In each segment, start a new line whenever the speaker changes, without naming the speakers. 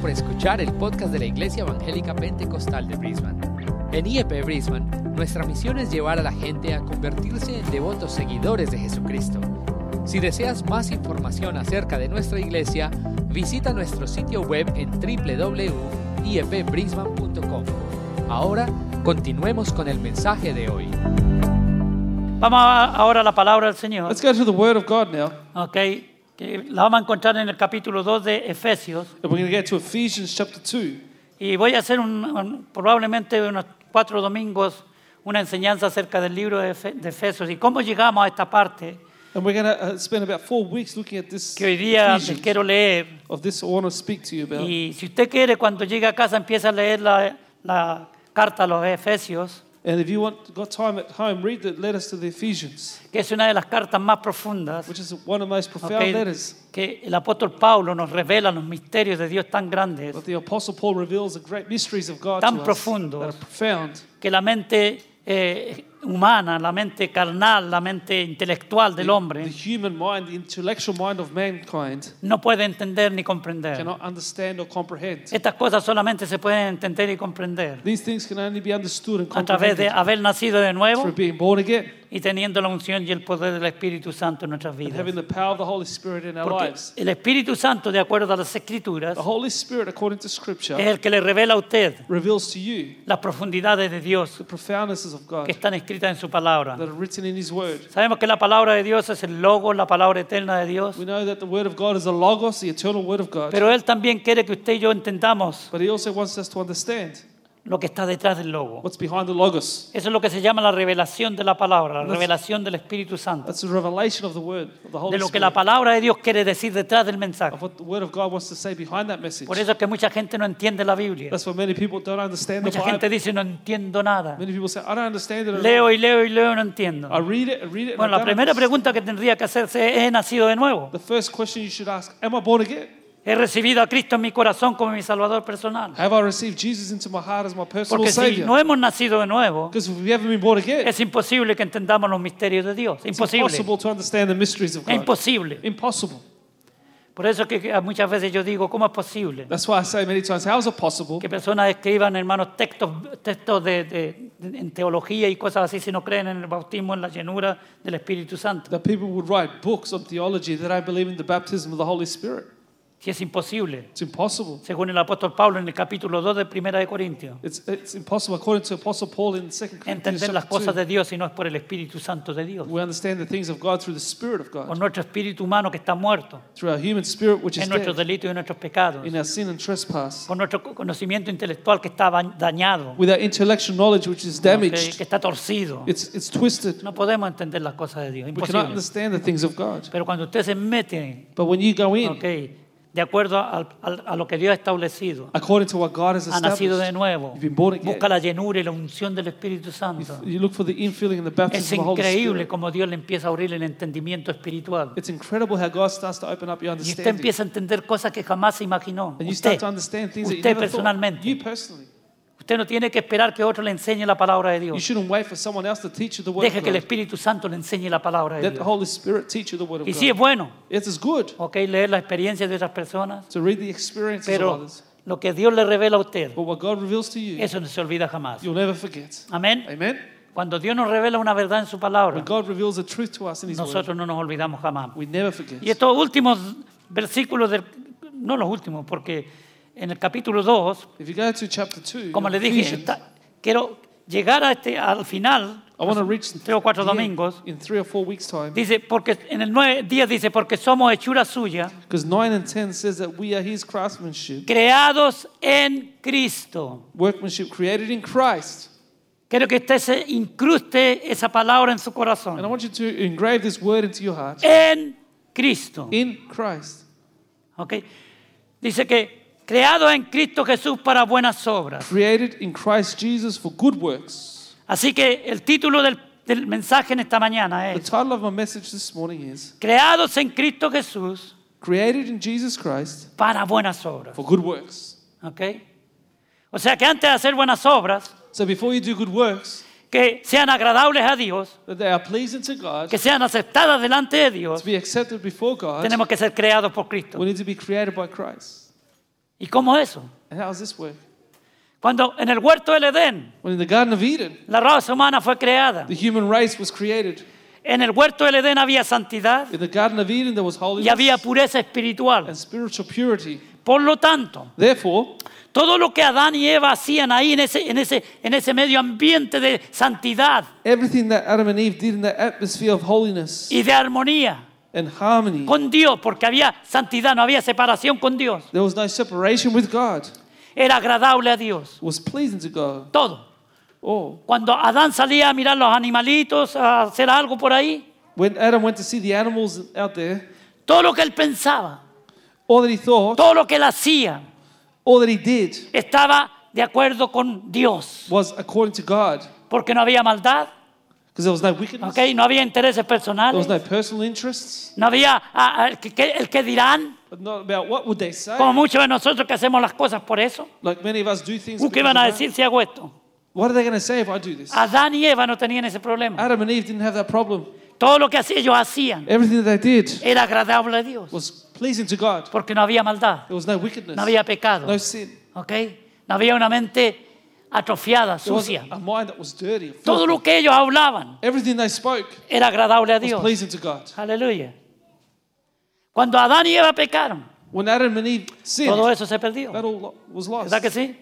por escuchar el podcast de la Iglesia Evangélica Pentecostal de Brisbane. En IEP Brisbane, nuestra misión es llevar a la gente a convertirse en devotos seguidores de Jesucristo. Si deseas más información acerca de nuestra iglesia, visita nuestro sitio web en E www.iepbrisbane.com. Ahora, continuemos con el mensaje de hoy.
Vamos a- ahora a la palabra del Señor.
Let's go to the Word of God now.
Ok, que la vamos a encontrar en el capítulo 2 de Efesios.
And we're going to get to Ephesians chapter 2.
Y voy a hacer un- un- probablemente unos cuatro domingos una enseñanza acerca del libro de, Efe- de Efesios y cómo llegamos a esta parte
And we're going to uh, spend about four weeks looking at this
que hoy día les
Ephesians
quiero leer.
of this I want to speak to you about.
Y si usted quiere, cuando llegue a casa empieza a leer la, la carta a los Efesios,
And if you want got time at home, read the letters to the Ephesians,
que es una de las cartas más profundas.
which is one of the most
ok,
profound letters
que el apóstol Pablo nos revela los misterios de Dios tan grandes
that the Apostle Paul reveals the great mysteries of God
Tan
to us,
profundos.
that are profound.
que la mente eh, humana, la mente carnal, la mente intelectual del
The
hombre
human mind, the intellectual mind of mankind,
no puede entender ni comprender.
cannot understand or comprehend.
Estas cosas solamente se pueden entender y comprender
These things can only be understood and
a través de
comprehended
haber nacido de nuevo
through being born again
y teniendo la unción y el poder del Espíritu Santo en nuestras
and
vidas.
having the power of the Holy Spirit in our
Porque
lives.
el Espíritu Santo, de acuerdo a las Escrituras,
The Holy Spirit, according to
es
Scripture,
el que le revela a usted
reveals to you
las profundidades de Dios
the profoundnesses of God
que están escritas en su palabra.
that are written in His Word.
Sabemos que la palabra de Dios es el logo, la palabra eterna de Dios,
We know that the Word of God is the Logos, the eternal Word of God,
pero Él también quiere que usted y yo entendamos
but He also wants us to understand
lo que está detrás del logo.
what's behind the Logos.
Eso es lo que se llama la revelación de la palabra, la revelación del Espíritu Santo,
That's the revelation of the Word, of the
de
Holy
lo que la
Spirit,
palabra de Dios quiere decir detrás del mensaje.
of what the Word of God wants to say behind that message.
Por eso es que mucha gente no entiende la Biblia.
That's why many people don't understand the
Mucha gente
Bible.
dice no entiendo nada.
Many people say, I don't understand it.
Leo y leo y leo y no entiendo.
I read it, I read it. and I
Bueno, la
don't
primera
understand."
pregunta que tendría que hacerse es, ¿he nacido de nuevo?
The first question you should ask, Am I born again?
¿He recibido a Cristo en mi corazón como mi Salvador personal?
Have I received Jesus into my heart as my personal
Porque si
Savior?
no hemos nacido de nuevo,
Because if we haven't been born again,
Es imposible que entendamos los misterios de Dios.
It's
Imposible.
impossible to understand the mysteries of
Es
God.
imposible.
Impossible.
Por eso es que que muchas veces yo digo, ¿cómo es posible
That's why I say many times, how is it possible
que personas escriban, hermanos, textos, textos de, de- de- en teología y cosas así si no creen en el bautismo, en la llenura del Espíritu Santo?
that people would write books on theology that I believe in the baptism of the Holy Spirit?
Si es imposible,
It's impossible.
según el apóstol Pablo en el capítulo 2 de Primera de Corintios,
It's, it's impossible according to Apostle Paul in 2 Corinthians
entender las
chapter
cosas
2.
de Dios si no es por el Espíritu Santo de Dios.
We understand the things of God through the Spirit of
Por
God,
nuestro espíritu humano que está muerto
through our human spirit which is
en nuestros
dead,
delitos y nuestros pecados,
in our sin and trespass,
por nuestro conocimiento intelectual que está ba- dañado.
with our intellectual knowledge which is
que,
damaged.
que está torcido.
It's, it's twisted.
No podemos entender las cosas de Dios,
We cannot
imposible.
understand the things of God.
Pero cuando usted se mete,
But when you go
ok,
in,
de acuerdo al- al- a lo que Dios ha establecido,
according to what God has
ha nacido de
established,
nuevo,
you've been born again.
busca la llenura y la unción del Espíritu
You,
Santo.
you look for the infilling and the baptism
Es
of the Holy
increíble
Spirit.
como Dios le empieza a abrir el entendimiento espiritual.
It's incredible how God starts to open up your
Y usted
understanding.
empieza a entender cosas que jamás se imaginó.
and you start
Usted,
to understand things that you
usted
never
personalmente.
thought. You personally.
usted no tiene que esperar que otro le enseñe la palabra de
You
Dios.
shouldn't wait for someone else to teach you the Word
Deje
of
que el
God.
Espíritu Santo le enseñe la palabra de
Let the
Dios.
Holy Spirit teach you the Word of
Y
God.
sí es bueno,
It is good
ok, leer la experiencia de otras personas.
to read the experiences of
Pero
others.
lo que Dios le revela a usted,
But what God reveals to you,
eso no se olvida jamás.
you'll never forget.
Amén.
Amen?
Cuando Dios nos revela una verdad en su palabra,
When God reveals the truth to us in His Word,
nosotros no nos olvidamos jamás.
we never forget.
Y estos últimos versículos, del, no los últimos, porque en el capítulo 2,
If you go to chapter 2,
como le
of
dije,
Ephesians,
está- quiero llegar a este, al final,
I want to reach
tres o cuatro
the end
domingos,
in three or four weeks' time.
dice, porque en el 9, 10 dice, porque somos hechura suya,
Because 9 and 10 says that we are His craftsmanship,
creados en Cristo.
workmanship created in Christ.
Quiero que usted se incruste esa palabra en su
And I
corazón.
want you to engrave this word into your heart.
En Cristo.
In Christ,
¿Ok? Dice que creado en Cristo Jesús para buenas obras.
created in Christ Jesus for good works.
Así que el título del, del mensaje en esta mañana
The
es
title of my message this morning is
Creados en Cristo Jesús
Created in Jesus Christ
para buenas obras.
for good works.
¿Ok? O sea que antes de hacer buenas obras,
So before you do good works,
que sean agradables a Dios,
that they are pleasing to God,
que sean aceptadas delante de
to
Dios,
be accepted before God,
tenemos que ser creados por Cristo.
we need to be created by Christ.
¿Y cómo eso?
And how's this work?
Cuando en el huerto del Edén
When in the Garden of Eden,
la raza humana fue creada,
the human race was created.
en el huerto del Edén había santidad
In the Garden of Eden, there was
y
holiness
había pureza espiritual.
and spiritual purity.
Por lo tanto,
Therefore,
todo lo que Adán y Eva hacían ahí en ese, en ese, en ese medio ambiente de santidad
everything that Adam and Eve did in that atmosphere of holiness
y de armonía
and harmony,
con Dios, porque había santidad, no había separación con Dios,
there was no separation with God,
era agradable a Dios.
was pleasing to God.
Todo.
All.
Cuando Adán salía a mirar los animalitos, a hacer algo por ahí,
When Adam went to see the animals out there,
todo lo que él pensaba,
all that he thought,
todo lo que él hacía,
all that he did
estaba de acuerdo con Dios,
was according to God,
porque no había maldad,
because there was no wickedness,
¿ok? no había intereses
there
personales,
was no personal interests,
no había ah, ah, el, que- que, el que dirán,
but not about what would they say.
como muchos de nosotros que hacemos las cosas por eso,
Like many of us do things.
¿qué
because
van a
of that.
decir si hago esto?
What are they going to say if I do this?
Adán y Eva no tenían ese problema.
Adam and Eve didn't have that problem.
Todo lo que hacía- ellos hacían
Everything that they did
era agradable a Dios,
was pleasing to God.
porque no había maldad,
There was no wickedness,
no había pecado,
pues, no sin.
¿ok? no había una mente atrofiada,
There was
sucia.
a mind that was dirty.
Todo lo que ellos hablaban
Everything they spoke
era agradable a
was
Dios.
pleasing to God.
Aleluya. Cuando Adán y Eva pecaron,
When Adam and Eve sinned,
todo eso se perdió.
that all lo- was lost.
¿Verdad que sí?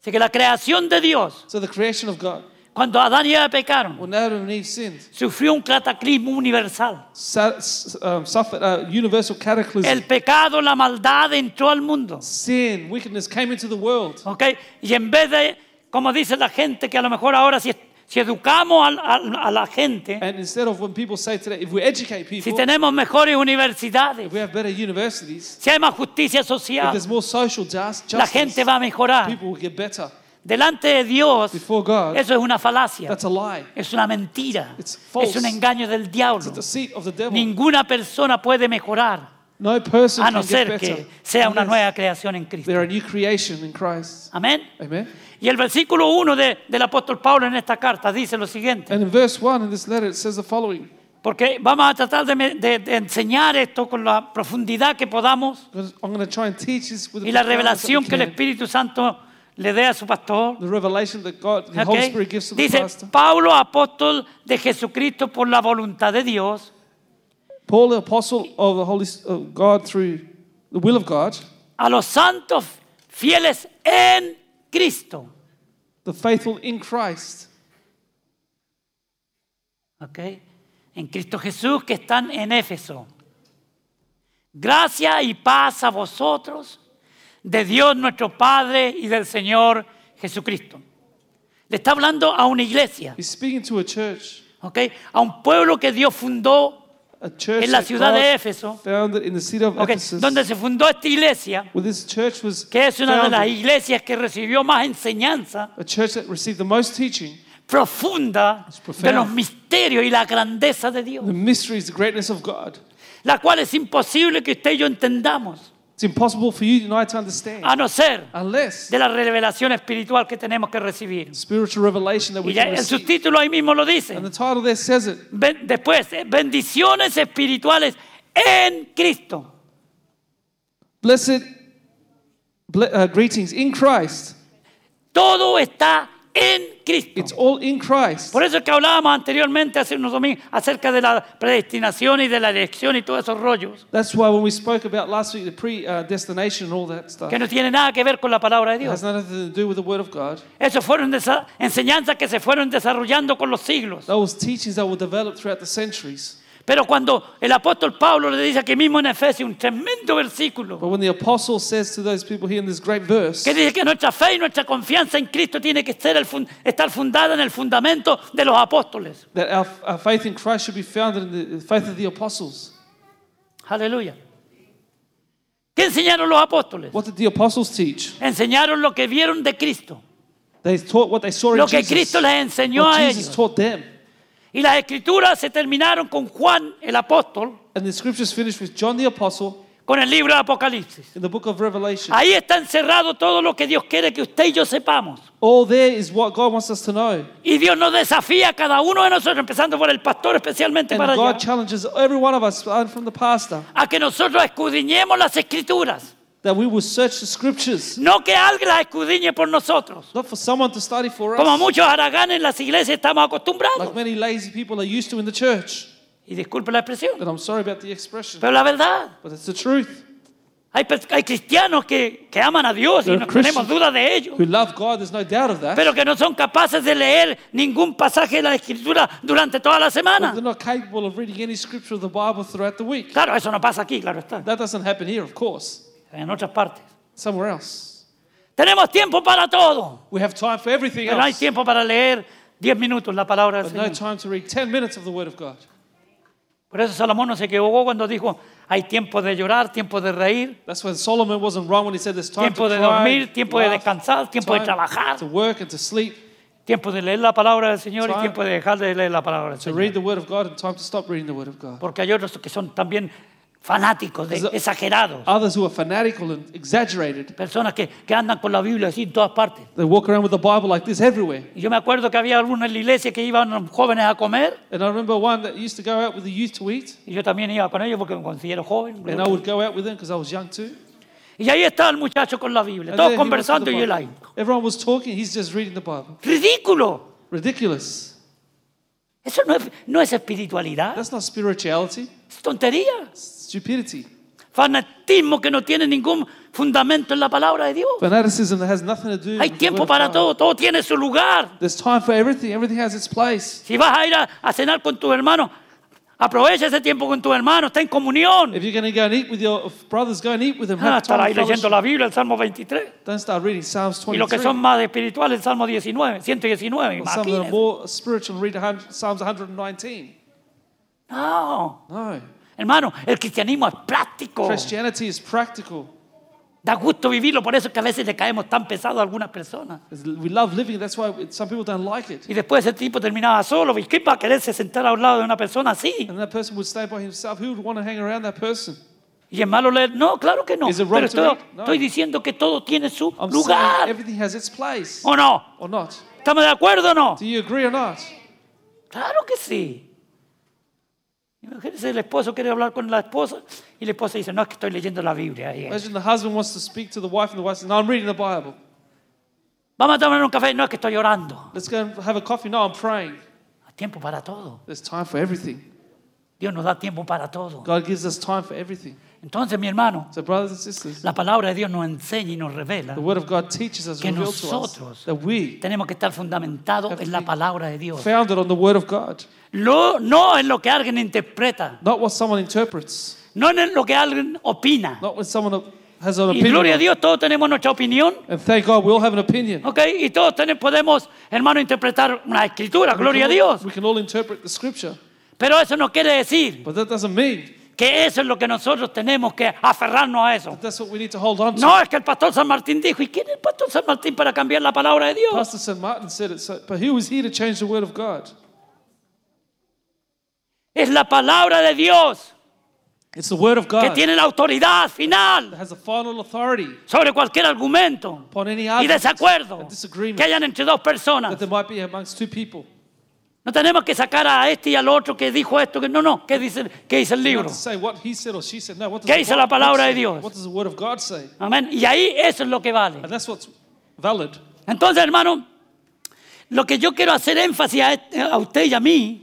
Así que la creación de Dios,
So the creation of God,
cuando Adán y Eva pecaron,
when Adam and Eve sinned,
sufrió un cataclismo universal.
sa- s- um, suffered a universal cataclysm.
El pecado, la maldad entró al mundo.
Sin, wickedness came into the world.
¿Ok? Y en vez de, como dice la gente, que a lo mejor ahora si, si educamos al- al- a, la gente,
And instead of when people say today, if we educate
si
people,
tenemos mejores universidades,
if we have better universities,
si hay más justicia
if
social,
there's more social just,
la
justice,
gente va a mejorar.
people will get better.
Delante de Dios,
Before God,
eso es una falacia.
that's a lie.
Es una mentira.
It's false.
Es un engaño del
It's a
diablo.
deceit of the devil.
Ninguna persona puede mejorar
No person
a no
can get
ser
better.
que sea una
unless
nueva creación en Cristo.
They're a new creation in Christ.
Amén.
Amen.
Y el versículo 1 de- del apóstol Pablo en esta carta dice lo siguiente,
And in verse 1 in this letter, it says the following.
porque vamos a tratar de, me- de- de enseñar esto con la profundidad que podamos
I'm going to try and teach this with the
y la
profoundness that we
revelación que el
can.
Espíritu Santo le dé a su pastor.
the revelation that God, the
¿ok?
Holy Spirit gives to the
Dice,
pastor.
Pablo, apóstol de Jesucristo por la voluntad de Dios,
Paul, the apostle of the Holy of God through the will of God,
a los santos fieles en Cristo.
the faithful in Christ,
¿ok? En Cristo Jesús que están en Éfeso. Gracia y paz a vosotros de Dios nuestro Padre y del Señor Jesucristo. Le está hablando a una iglesia,
He's speaking to a church,
¿ok? A un pueblo que Dios fundó,
a church
En la
that
ciudad de
God
Éfeso.
founded in the city of
¿ok?
Ephesus.
Donde se fundó esta iglesia,
where this church was
que es una de las
founded,
iglesias que recibió más enseñanza
a church that received the most teaching,
profunda
It's profound.
de los misterios y la grandeza de Dios,
the mysteries, the greatness of God.
la cual es imposible que usted y yo entendamos,
It's impossible for you and I to understand
a no ser
unless
de la revelación espiritual que tenemos que recibir.
spiritual revelation that
Y
we
ya
can
el
receive.
subtítulo ahí mismo lo dice.
And the title there says it.
Ben- después, eh, bendiciones espirituales en Cristo.
Blessed ble- uh, greetings in Christ.
Todo está en
It's
Cristo.
all in Christ.
Por eso es que hablábamos anteriormente, hace unos domingos, acerca de la predestinación y de la elección y todos esos rollos,
That's why when we spoke about last week the predestination and all that stuff,
que
it
no tiene nada que ver con la palabra de
has
Dios.
nothing to do with the Word of God.
Esas fueron desa- enseñanzas que se fueron desarrollando con los siglos.
Those teachings that were developed throughout the centuries.
Pero cuando el apóstol Pablo le dice aquí mismo en Efesios, un tremendo versículo,
But when the apostle says to those people here in this great verse,
que dice que nuestra fe y nuestra confianza en Cristo tiene que ser el fun- estar fundada en el fundamento de los apóstoles.
that our, our faith in Christ should be founded in the- the faith of the apostles.
Aleluya. ¿Qué enseñaron los apóstoles?
What did the apostles teach?
Enseñaron lo que vieron de Cristo,
They taught what they saw
lo
in
que
Jesus.
Cristo les enseñó
what
a
Jesus
ellos.
taught them.
Y las escrituras se terminaron con Juan el apóstol,
And the scriptures finish with John the apostle
con el libro de Apocalipsis.
in the book of Revelation.
Ahí está encerrado todo lo que Dios quiere que usted y yo sepamos.
All there is what God wants us to know.
Y Dios nos desafía a cada uno de nosotros, empezando por el pastor especialmente
And
para
God
allá,
challenges every one of us, starting from the pastor,
a que nosotros escudriñemos las escrituras.
that we will search the scriptures,
No que alguien las escudriñe por nosotros.
not for someone to study for
Como
us,
muchos haraganes en las iglesias estamos
like
acostumbrados.
many lazy people are used to in the church.
Y disculpe la expresión,
And I'm sorry about the expression,
pero la verdad,
but it's the truth.
hay, pers- hay cristianos que, que aman a Dios y
There
no
are Christians
tenemos duda de ello,
Who love God, there's no doubt of that.
pero que no son capaces de leer ningún pasaje de la Escritura durante toda la
But they're
semana.
not capable of reading any scripture of the Bible throughout the week.
Claro, eso no pasa aquí, claro está,
That doesn't happen here, of course.
en otras partes.
Somewhere else.
Tenemos tiempo para todo,
We have time for everything
pero no hay
else,
tiempo para leer 10 minutos la palabra del
but no
Señor.
time to read 10 minutes of the Word of God.
Por eso Salomón no se equivocó cuando dijo, hay tiempo de llorar, tiempo de reír,
That's when Solomon wasn't wrong when he said there's time
tiempo
to
de
cry,
dormir, tiempo de
laugh,
descansar, tiempo de
time
trabajar,
to work and to sleep,
tiempo de leer la palabra del Señor y
Time.
tiempo de dejar de leer la palabra del
to
Señor.
read the Word of God and time to stop reading the Word of God.
Porque hay otros que son también fanáticos, de-
Because the-
exagerados,
Others who are fanatical and exaggerated,
personas que, que andan con la Biblia así en todas partes.
they walk around with the Bible like this everywhere.
Y yo me acuerdo que había algunos en la iglesia que iban los jóvenes a comer,
And I remember one that used to go out with the youth to eat,
y yo también iba con ellos porque me considero joven.
and I would go out with them because I was young too.
Y ahí estaba el muchacho con la Biblia,
And
todos
there he was with
conversando
the
y él ahí.
Bible. Everyone was talking, he's just reading the Bible.
¡Ridículo!
Ridiculous.
Eso no es, no es espiritualidad,
That's not spirituality,
es tontería.
it's stupidity.
Fanatismo que no tiene ningún fundamento en la palabra de Dios.
Fanaticism that has nothing to do
Hay
with the
tiempo
Word of
para
God.
todo, todo tiene su lugar.
There's time for everything, everything has its place.
Si vas a ir a, a cenar con tus hermanos, aprovecha ese tiempo con tus hermanos, está en comunión.
If you're going to go and eat with your brothers, go and eat with them.
Ah,
Have
estar ahí
time for
leyendo
fellowship.
la Biblia, el Salmo 23.
Don't start reading Psalms
Y los que
23.
son más espirituales, el Salmo 19, 119,
Or some that are
imagínense.
more spiritual, read 100, Psalms 119.
No,
No.
hermano, el cristianismo es práctico.
Christianity is practical.
Da gusto vivirlo, por eso es que a veces le caemos tan pesado a algunas personas.
It's- We love living, that's why it- some people don't like it.
Y después ese tipo terminaba solo. ¿Y quién va a quererse sentar a un lado de una persona así?
And that person would stay by himself. Who would want to hang around that person?
¿Y es malo leer? No, claro que no.
Is it wrong
Pero
to
estoy,
read? No.
estoy diciendo que todo tiene su
I'm saying
lugar.
everything has its place.
¿O no?
Or not.
¿Estamos de acuerdo o no?
Do you agree or not?
Claro que sí. Imagínense, el esposo quiere hablar con la esposa y la esposa dice, no, es que estoy leyendo la Biblia. Y-
Imagine the husband wants to speak to the wife, and the wife says, No, I'm reading the Bible.
Vamos a tomar un café, no, es que estoy orando.
Let's go and have a coffee. No, I'm praying.
Hay tiempo para todo.
There's time for everything.
Dios nos da tiempo para todo.
God gives us time for everything.
Entonces, mi hermano,
So, brothers and sisters,
la palabra de Dios nos enseña y nos revela.
The Word of God teaches us,
Que
revealed to
nosotros-
us, that we
Tenemos que estar fundamentados en la palabra de Dios.
founded on the Word of God,
Lo- no en lo que alguien interpreta,
not what someone interprets,
no en lo que alguien opina.
not what someone has an
Y
opinion.
gloria a
on.
Dios, todos tenemos nuestra opinión.
And thank God, we all have an opinion.
¿Ok? Y todos tenemos- podemos, hermano, interpretar una escritura, Ah, gloria a
we, can all-
Dios.
we can all interpret the Scripture,
Pero eso no quiere decir
but that doesn't mean
que eso es lo que nosotros tenemos que aferrarnos a eso.
that that's what we need to hold on to.
No, es que el pastor San Martín dijo, ¿y quién es el pastor San Martín para cambiar la palabra de Dios?
Pastor St. Martin said it, so, but who is here to change the Word of God?
Es la palabra de Dios
It's the Word of
que
God
tiene la autoridad
that
final
has the final authority
sobre cualquier argumento
upon
y
any argument
desacuerdo
and disagreement
que hayan entre dos personas.
that there might be amongst two people.
No tenemos que sacar a este y al otro que dijo esto, que no, no, ¿qué dice, qué dice el
You don't
libro?
have to say what he said or she said. No, what does
¿Qué
the
dice la
Bible
palabra de
say?
Dios?
What does the Word of God say?
Amén. Y ahí eso es lo que vale.
And that's what's valid.
Entonces, hermano, lo que yo quiero hacer énfasis a, este- a usted y a mí,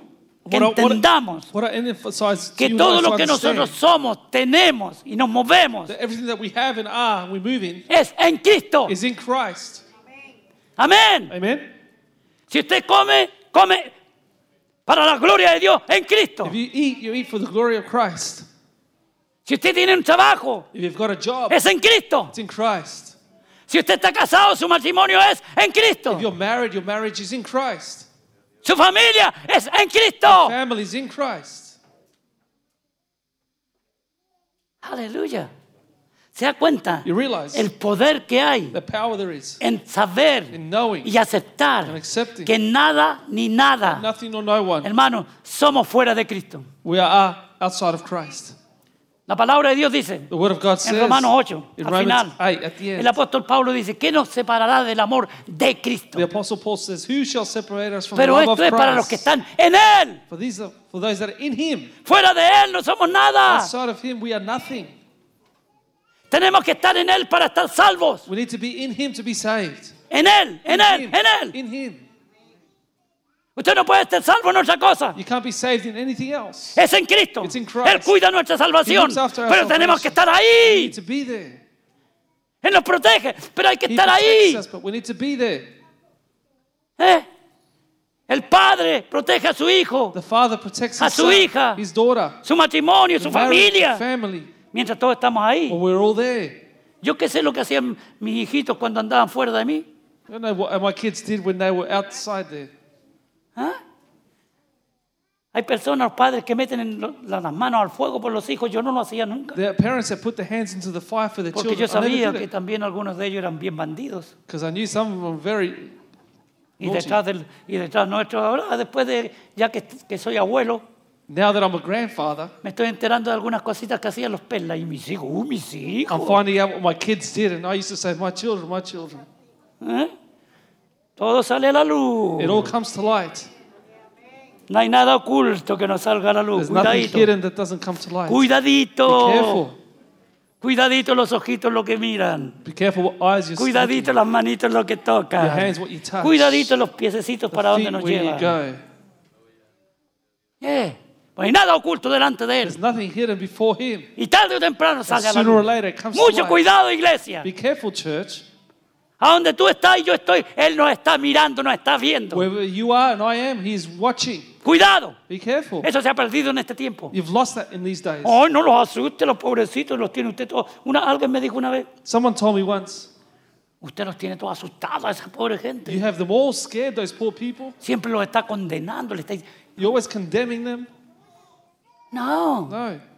que
What I- what I-
entendamos
What I emphasize to
que
you
todo
is
lo
to
que
understand
nosotros somos, tenemos y nos movemos
that everything that we have and are, we move in,
es en Cristo.
is in Christ.
Amén.
Amen.
Si usted come, come para la gloria de Dios en Cristo.
If you eat, you eat for the glory of Christ.
Si usted tiene un trabajo,
If you've got a job,
es en Cristo.
it's in Christ.
Si usted está casado, su matrimonio es en Cristo.
If you're married, your marriage is in Christ.
Su familia es en Cristo.
Family is in Christ.
Aleluya. ¿Se da cuenta
You realize
el poder que hay
the power there is
en saber
in knowing
y aceptar
And accepting.
que nada ni nada,
nothing or no one.
hermano, somos fuera de Cristo.
We are outside of Christ.
La palabra de Dios dice
The Word of God says
en Romanos 8,
in
al
Romans
final,
8, at the
el
end,
apóstol Pablo dice, ¿qué nos separará del amor de Cristo?
the Apostle Paul says, Who shall separate us from the
Pero
love of
esto es para los que
Christ?
están en Él.
For, these are, for those that are in Him,
Ah. Fuera de Él no somos nada.
outside of Him, we are nothing.
Tenemos que estar en Él para estar salvos.
We need to be in Him to be saved.
En Él, en Él,
Him.
en Él.
In Him.
Usted no puede estar salvo en otra cosa.
You can't be saved in anything else.
Es en Cristo.
It's in Christ.
Él cuida nuestra
He
salvación.
looks after our
Pero tenemos que estar
We
ahí.
need to be there.
Él nos protege. Pero hay que
He
estar
protects
ahí.
us, but we need to be there.
¿Eh? El Padre protege a su hijo,
The father protects
A
his
su
son,
hija.
his daughter,
su matrimonio, su
the marriage,
familia.
the family.
Mientras todos estamos ahí.
Well, we're all there.
Yo qué sé lo que hacían mis hijitos cuando andaban fuera de mí.
I don't know what my kids did when they were outside there.
¿Ah? Hay personas, padres, que meten en lo- la- las manos al fuego por los hijos. Yo no lo hacía nunca.
The parents that put their hands into the fire for their
Porque yo
children. I
sabía
never
que
did it
también algunos de ellos eran bien bandidos.
because I knew some of them were very.
Y
Naughty.
detrás, del, y detrás nuestro, ahora después de, ya que, que soy abuelo,
Now that I'm a grandfather,
me estoy enterando de algunas cositas que hacían los perlas. Y mis hijos, uh, mis
I'm
hijos.
finding out what my kids did, and I used to say, "My children, my children."
¿Eh? Todo sale a la
It
luz.
all comes to light.
No hay nada oculto que no salga a la luz.
There's nothing
Cuidadito.
hidden that doesn't come to light. Be
Cuidadito.
careful.
Cuidadito los ojitos lo que miran.
Be careful what eyes you see. Your
Cuidadito las manitos lo que tocan.
hands, what you touch.
Cuidadito los piececitos para donde
the feet
nos
where
lleva.
you go.
Eh, pues hay nada oculto delante de
There's
él.
nothing hidden before Him.
Y tarde o temprano sale a la
sooner or
luz.
later it comes to
Mucho
light.
cuidado, iglesia.
Be careful, church.
A donde tú estás y yo estoy, él nos está mirando, nos está viendo.
Wherever you are and I am, He is watching.
Cuidado.
Be careful.
Eso Oh. se ha perdido en este tiempo.
You've lost that in these days.
Ay, no los asuste, los pobrecitos, los tiene usted todos. Una, alguien me dijo una vez,
Someone told me once,
usted los tiene todos asustados a esa pobre
you
gente.
have them all scared, those poor people.
Siempre los está condenando, le está diciendo,
You're always condemning them.
no,
No.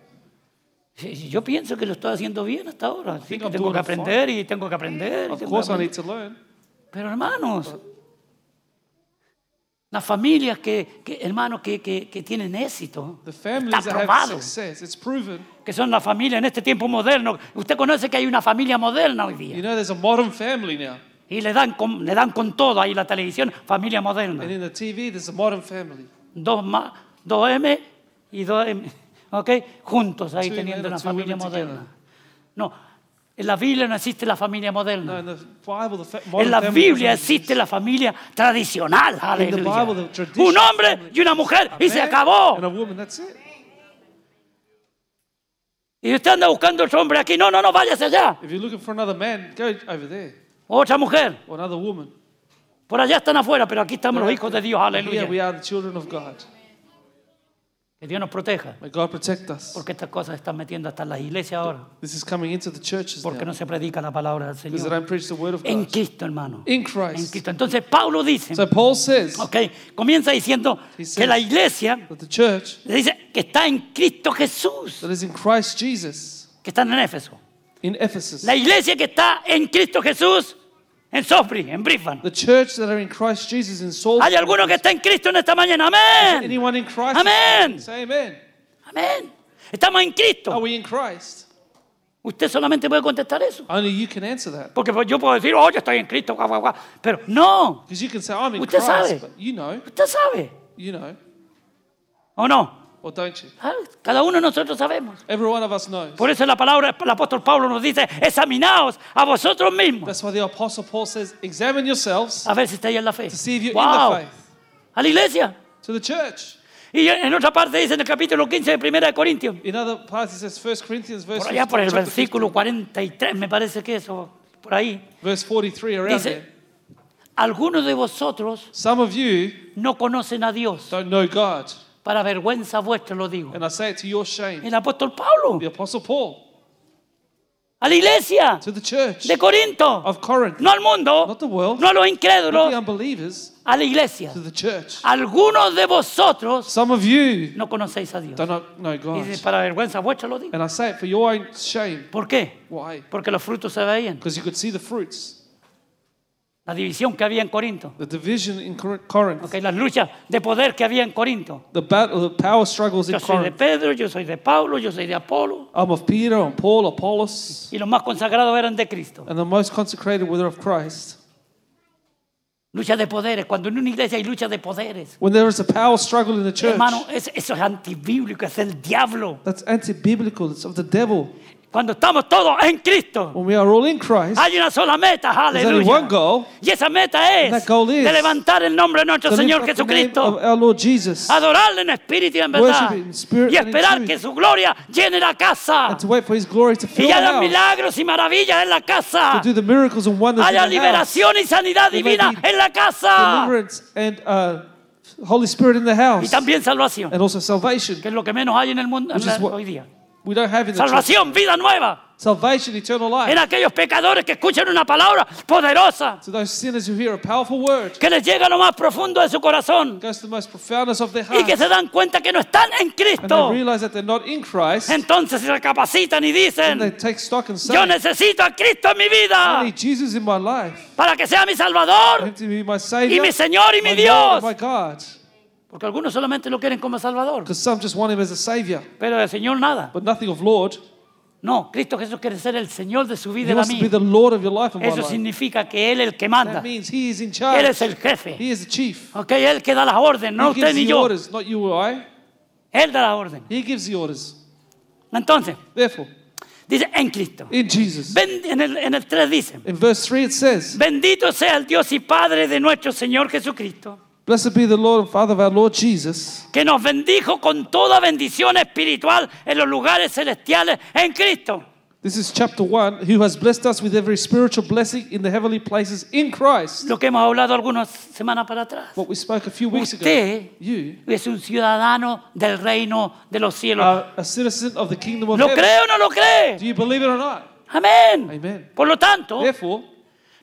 Sí, sí, Yo pienso que lo estoy haciendo bien hasta ahora. sí,
think
que
I'm
tengo
doing
que
fine.
aprender y tengo que aprender. y tengo
Of
que
course, I
aprender.
need to learn.
Pero hermanos, las familias que, que- hermanos que, que- que tienen éxito,
The
está
families that have
probado,
success, it's proven.
que son las familias en este tiempo moderno. Usted conoce que hay una familia moderna hoy
You
día
know, there's a modern family now.
y le dan con, le dan con todo ahí la televisión, familia moderna.
And in the TV, there's a modern family.
Dos más, dos M y dos M, ¿ok? Juntos ahí
Two
teniendo
men,
una
two
familia
women together.
moderna. No, en la Biblia no existe la familia moderna.
No, in the Bible, the fa-
En
modern
la
family.
Biblia existe la familia tradicional, aleluya.
Bible, the traditional
Un hombre y una mujer
A
y se
man And a
acabó.
woman, that's it.
Y usted anda buscando otro hombre aquí, no, no, no, váyase allá.
If you're looking for another man, go over there.
Otra mujer,
Or another woman.
por allá están afuera, pero aquí estamos los hijos de Dios,
Here we
aleluya.
are, the children of God.
Que Dios nos proteja,
May God protect us.
porque estas cosas están metiendo hasta en las iglesias ahora,
This is coming into the churches
porque no
now.
se predica la palabra del
Because they
Señor.
don't preach the word of
En
God.
Cristo, hermano.
In
En
Christ.
Cristo. Entonces Pablo dice,
So Paul says
ok, comienza diciendo
He says-
que la iglesia
that the church
le dice que está en Cristo Jesús,
that is in Christ Jesus
que están en Éfeso.
in Ephesus,
La iglesia que está en Cristo Jesús, en Sofri, en Brisbane.
the church that are in Christ Jesus in Salt.
Hay alguno que está en Cristo en esta mañana. Amén.
Anyone in Christ?
Amen.
Say amen.
Amén. Estamos en
Are
Cristo.
we in Christ?
Usted solamente puede contestar eso.
Only you can answer that.
Porque yo puedo decir, oh, yo estoy en Cristo, guau, guau, guau. Pero no,
Because you can say, I'm in
Usted
Christ,
sabe.
but you know,
usted sabe.
you know,
¿O no?
or don't you?
Ah, Cada uno de nosotros sabemos.
Every one of us knows.
Por eso la palabra del apóstol Pablo nos dice, examinaos a vosotros mismos.
That's why the Apostle Paul says, examine yourselves
A ver si estáis en la fe.
to see if you're
Wow.
in the faith.
A la iglesia.
To the church.
Y en otra parte dice en el capítulo 15 de 1 de Corintios.
In other parts, it says 1 Corinthians verse,
Por allá por el
15,
versículo 43, me parece que eso, por ahí,
verse 43, around there.
dice, algunos de vosotros
Some of you
no conocen a Dios,
don't know God.
para vergüenza vuestra lo digo.
And I say it to your shame.
El apóstol Pablo,
The Apostle Paul
a la iglesia
to the church
de Corinto,
of Corinth,
no al mundo,
Not the world.
no Ah. a los
not the
incrédulos,
unbelievers,
a la iglesia.
to the church.
Algunos de vosotros
Some of you
no conocéis a Dios.
do not know
Y
God.
dice, para vergüenza vuestra lo digo.
And I say it for your own shame.
¿Por qué?
Why?
Porque los frutos se veían.
Because you could see the fruits,
La división que había en Corinto,
the division in Cor- Corinth,
ok, las luchas de poder que había en Corinto.
the battle, the power struggles in
Yo soy de
Corinth.
Pedro, yo soy de Pablo, yo soy de Apolo.
I'm of Peter and Paul, Apollos,
Y los más consagrados eran de Cristo.
and the most consecrated were of Christ.
Lucha de poderes. Cuando en una iglesia hay lucha de poderes.
When there is a power struggle in the church,
Hermano, es- eso es antibíblico, es el diablo.
that's anti-biblical. It's of the devil.
Cuando estamos todos en Cristo,
When we are all in Christ,
hay una sola meta,
there's only one
aleluya.
goal
Y esa meta es
that goal is
de levantar el nombre de nuestro
to lift
Señor
up the name of
Jesucristo,
our Lord Jesus and
adorarle en espíritu y en
Worship
verdad,
in spirit
y
and in
esperar
truth.
que su gloria llene la casa,
to wait for His glory to fill
y
the
haya
house,
milagros y maravillas en la
to
casa,
do the miracles and wonders
haya
in the house,
liberación y sanidad
There may
divina
be
en la casa,
deliverance and uh, Holy Spirit in the
y
house,
también salvación,
and also salvation.
que es lo que menos hay en el mundo en
Which
la-
is what-
hoy día.
We don't have in the church
Salvación, vida nueva,
salvation, eternal
en
life.
aquellos pecadores que escuchan una palabra poderosa.
To those sinners who hear a powerful word,
que les llega a lo más profundo de su corazón
goes to the most profoundness of their
y que
heart,
se dan cuenta que no están en
and they
Cristo.
realize that they're not in Christ, and
Entonces se recapacitan y
they
dicen,
take stock and say,
yo necesito a Cristo en mi
I
vida
need Jesus in my life,
para que sea mi
I
Salvador
have to be my
y
Savior,
mi Señor y
my
mi
Lord, and my
Dios.
God.
Porque algunos solamente lo quieren como Salvador,
Because some just want Him as a Savior,
pero el Señor nada.
but nothing of Lord.
No, Cristo Jesús quiere ser el Señor de su vida
He
y la
wants to
mía.
be the Lord of your life and my
Eso
life.
significa que Él es el que
That
manda,
means He is in
Él
charge.
es el jefe.
He is the chief.
Ok, Él que da las órdenes, no
He
usted
gives
ni
the
yo.
orders, not you or I.
Él da las órdenes.
He gives the orders.
Entonces,
Therefore,
dice en Cristo.
in Jesus.
Ven- en, el, en el 3 dice,
In verse 3 it says,
Bendito sea el Dios y Padre de nuestro Señor Jesucristo,
Blessed be the Lord and Father of our Lord Jesus,
que nos bendijo con toda bendición espiritual en los lugares celestiales en Cristo.
This is chapter 1, who has blessed us with every spiritual blessing in the heavenly places in Christ.
Lo que hemos hablado algunas semanas para atrás.
What we spoke a few weeks ago.
Usted
You
es un ciudadano del reino de los cielos.
are a citizen of the kingdom of
¿Lo
heaven.
cree o no lo
Do
cree?
you believe it or not?
Amén.
Amen.
Por lo tanto,
Therefore,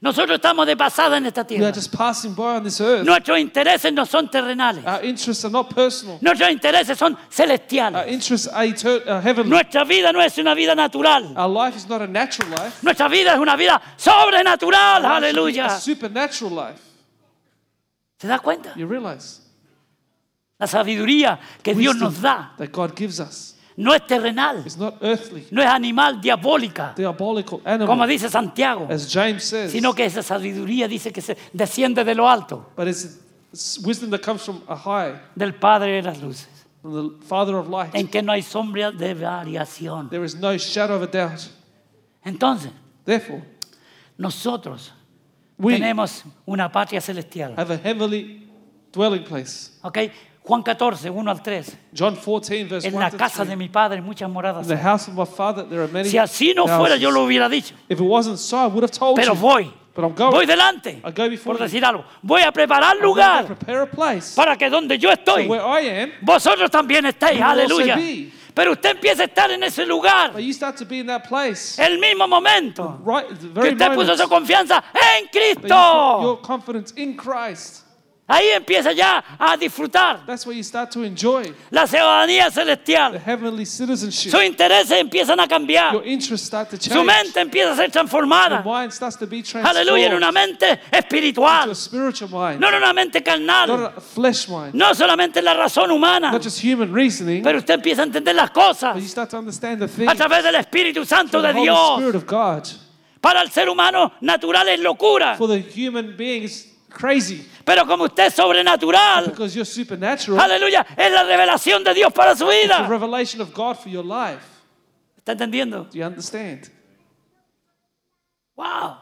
nosotros estamos de pasada en esta
we are
tierra.
just passing by on this earth.
Nuestros intereses no son terrenales.
Our interests are not personal.
Nuestros intereses son
Our
celestiales.
interests are etern- uh, heavenly.
Nuestra vida no es una vida natural.
Our life is not a natural life.
Nuestra vida es una vida sobrenatural,
It should be
aleluya.
A supernatural life.
¿Se da cuenta?
You realize
La sabiduría que Dios
wisdom
nos da
that God gives us
no es terrenal,
is not earthly,
no es animal, diabólica,
diabolical,
como
animal,
dice Santiago,
as James says,
sino que esa sabiduría dice que se desciende de lo alto,
but it's, it's wisdom that comes from a high,
del Padre de las Luces,
from the Father of light.
en que no hay sombra de variación.
There is no shadow of a doubt.
Entonces,
Therefore,
nosotros
we
tenemos una patria celestial.
have a heavenly dwelling place.
¿ok? Juan 14, 1 al 3.
John 14, verse
En
1
la
to
casa
3.
de mi padre hay muchas moradas.
In the house of my Father, there are many.
Si así no fuera, yo lo
houses.
hubiera dicho.
If it wasn't so, I would have told
Pero
you.
voy.
But I'm going.
Voy delante.
I'll go before
Por
you.
decir algo. Voy a preparar
I'm going to
lugar
prepare a place
para que donde yo estoy,
where I am.
vosotros también estéis.
You will also
Aleluya.
be.
Pero usted empieza a estar en ese
But
lugar
you start to be in that place.
el mismo momento
Right, at the
Eh, que
very
usted puso
moment
su confianza en
that you put your
Cristo.
confidence in Christ.
Ahí empieza ya a disfrutar
That's where you start to enjoy
la ciudadanía
the
celestial.
heavenly citizenship.
Sus intereses empiezan a
Your
cambiar.
interests start to change.
Su mente empieza a ser
Your
transformada.
mind starts to be transformed
Aleluya. En una mente
to
espiritual.
a spiritual mind,
No en una mente carnal.
not a flesh mind,
No solamente en la razón humana.
not just human reasoning,
Pero usted empieza a entender las
but you
cosas
start to understand the thing
a través del Espíritu Santo de
the Holy
Dios.
Spirit of God.
Para el ser humano natural es locura,
For the human being is crazy
pero como usted es sobrenatural,
because you're supernatural.
aleluya, es la revelación de Dios para su
It's the
vida.
revelation of God for your life.
¿Está entendiendo?
Do you understand?
¡Wow!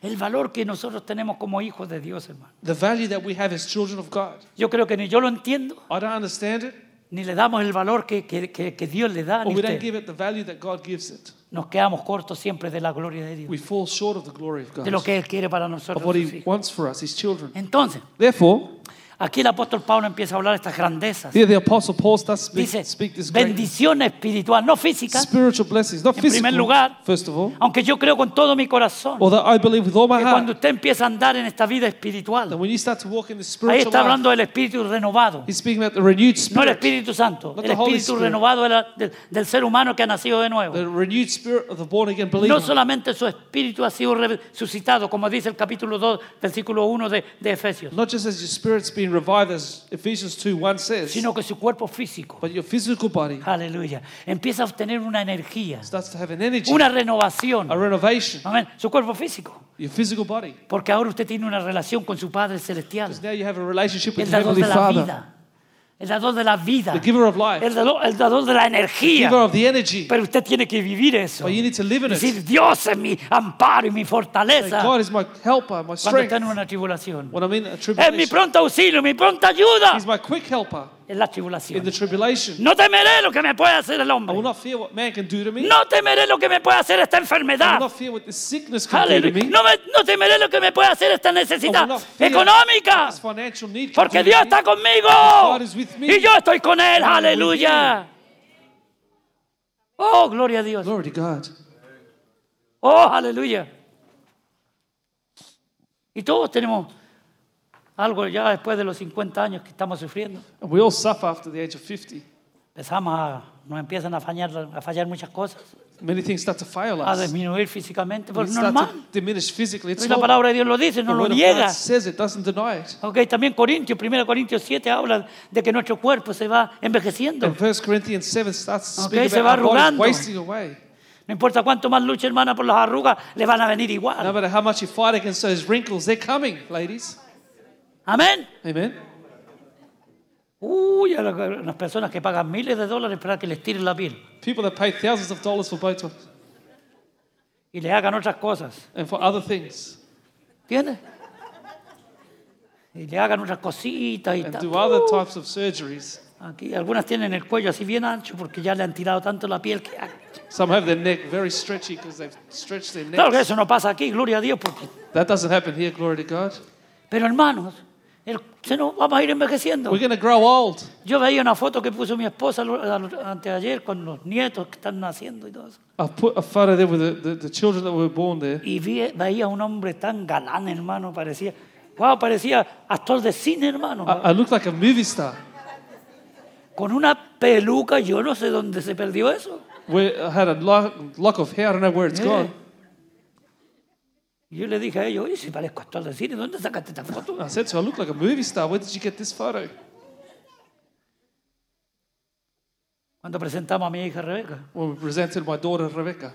El valor que nosotros tenemos como hijos de Dios, hermano.
The value that we have as children of God.
Yo creo que ni yo lo entiendo,
I don't understand it,
ni le damos el valor que, que- que- que Dios le da.
or
ni
we don't
usted.
give it the value that God gives it.
Nos quedamos cortos siempre de la gloria de Dios,
We fall short of the glory of God,
de lo que Él quiere para
of
nosotros.
what
sus
He
hijos.
wants for us, His children.
Entonces,
Therefore,
aquí el apóstol Pablo empieza a hablar de estas grandezas.
here the Apostle Paul starts to speak,
Dice,
speak this great
bendición espiritual, no física,
spiritual blessings, not
En primer
physical,
lugar,
first of all.
aunque yo creo con todo mi corazón que
Although I believe with all my heart
cuando usted empieza a andar en esta vida
that
espiritual,
when you start to walk in the
ahí
spiritual
está
life,
hablando del espíritu renovado,
he's speaking about the renewed
no el
spirit,
Espíritu Santo,
Not
el
the Holy
espíritu
Spirit.
renovado de la- del, del ser humano que ha nacido de nuevo.
the renewed spirit of the born again believer.
No solamente su espíritu ha sido resucitado, como dice el capítulo 2, versículo 1 de, de Efesios,
Not just as your spirit's being revived, as Ephesians 2 1 says,
sino que su cuerpo físico,
but your physical body
aleluya, empieza a obtener una energía,
starts to have an energy,
una renovación,
a renovation,
amén, su cuerpo físico.
your physical body.
Porque ahora usted tiene una relación con su Padre Celestial.
Because now you have a relationship with
El
the
dador de
Heavenly
la
Father,
vida. el dador de la vida,
the giver of life,
el dador, el dador de la energía.
giver of the energy.
Pero usted tiene que vivir eso.
But you need to live in it.
Decir, Dios es mi amparo y mi fortaleza
God is my helper,
cuando
my
está
strength.
en una tribulación.
When I'm in a
Es mi
tribulation,
pronto auxilio, mi pronta ayuda
He's my quick helper
en la
in
tribulación.
the tribulation.
No temeré lo que me puede hacer el
I will
hombre.
not fear what man can do to me.
No temeré lo que me puede hacer esta
I will
enfermedad.
not fear what this sickness can do to
Aleluya.
me.
No, me- no temeré lo que me puede hacer esta
I
necesidad
will not fear
económica.
this financial need can
Porque
do to
Dios
me.
está conmigo.
is with me.
Y yo estoy con Él. Aleluya. Oh, gloria a Dios.
Glory to God.
Oh, aleluya. Y todos tenemos algo ya después de los 50 años que estamos sufriendo.
And we all suffer after the age of 50.
Empezamos a, nos empiezan a fallar, a fallar muchas cosas,
Many things start to fail
a
us.
disminuir físicamente,
We
porque es
start to
normal.
diminish physically. It's
Y la
normal.
palabra de Dios lo dice,
The
no lo
word of God
niega.
says it, doesn't deny it.
Ok, también Corintios, 1 Corintios 7 habla de que nuestro cuerpo se va envejeciendo.
And 1 Corinthians 7 starts to speak
Okay, se
about
va
our bodies
arrugando.
wasting away.
No importa cuánto más luche, hermana, por las arrugas, le van a venir
No
igual.
matter how much you fight against those wrinkles, they're coming, ladies.
Amén.
Amen.
Uy, a la- a las personas que pagan miles de dólares para que les tiren la piel
People that pay thousands of dollars for Botox
y les hagan otras cosas.
and for other things
¿Entiendes? Y le hagan otras cositas y
and
tal. Uh,
do other types of surgeries.
Aquí algunas tienen el cuello así bien ancho porque ya le han tirado tanto la piel que... ah.
Some have their neck very stretchy because they've stretched their
Claro que
necks.
eso no pasa aquí, gloria a Dios. Porque...
That doesn't happen here, glory to God.
Pero hermanos, el- se nos vamos a ir envejeciendo.
We're going to grow old.
Yo veía una foto que puso mi esposa lo- al- anteayer con los nietos que están naciendo y todo eso.
I've put a photo there with the, the, the children that were born there.
Y vi- veía un hombre tan galán, hermano, parecía, wow, parecía actor de cine, hermano,
I, I look like a movie star.
con una peluca, yo no sé dónde se perdió eso.
Where I had a lock, lock of hair, I don't know where it's
Yeah.
gone.
Y yo le dije a ellos, oye, si parezco actor de cine, ¿dónde sacaste esta foto?
I said to her, I look like a movie star. Where did you get this photo?
Cuando presentamos a mi hija Rebeca,
When we presented my daughter, Rebecca,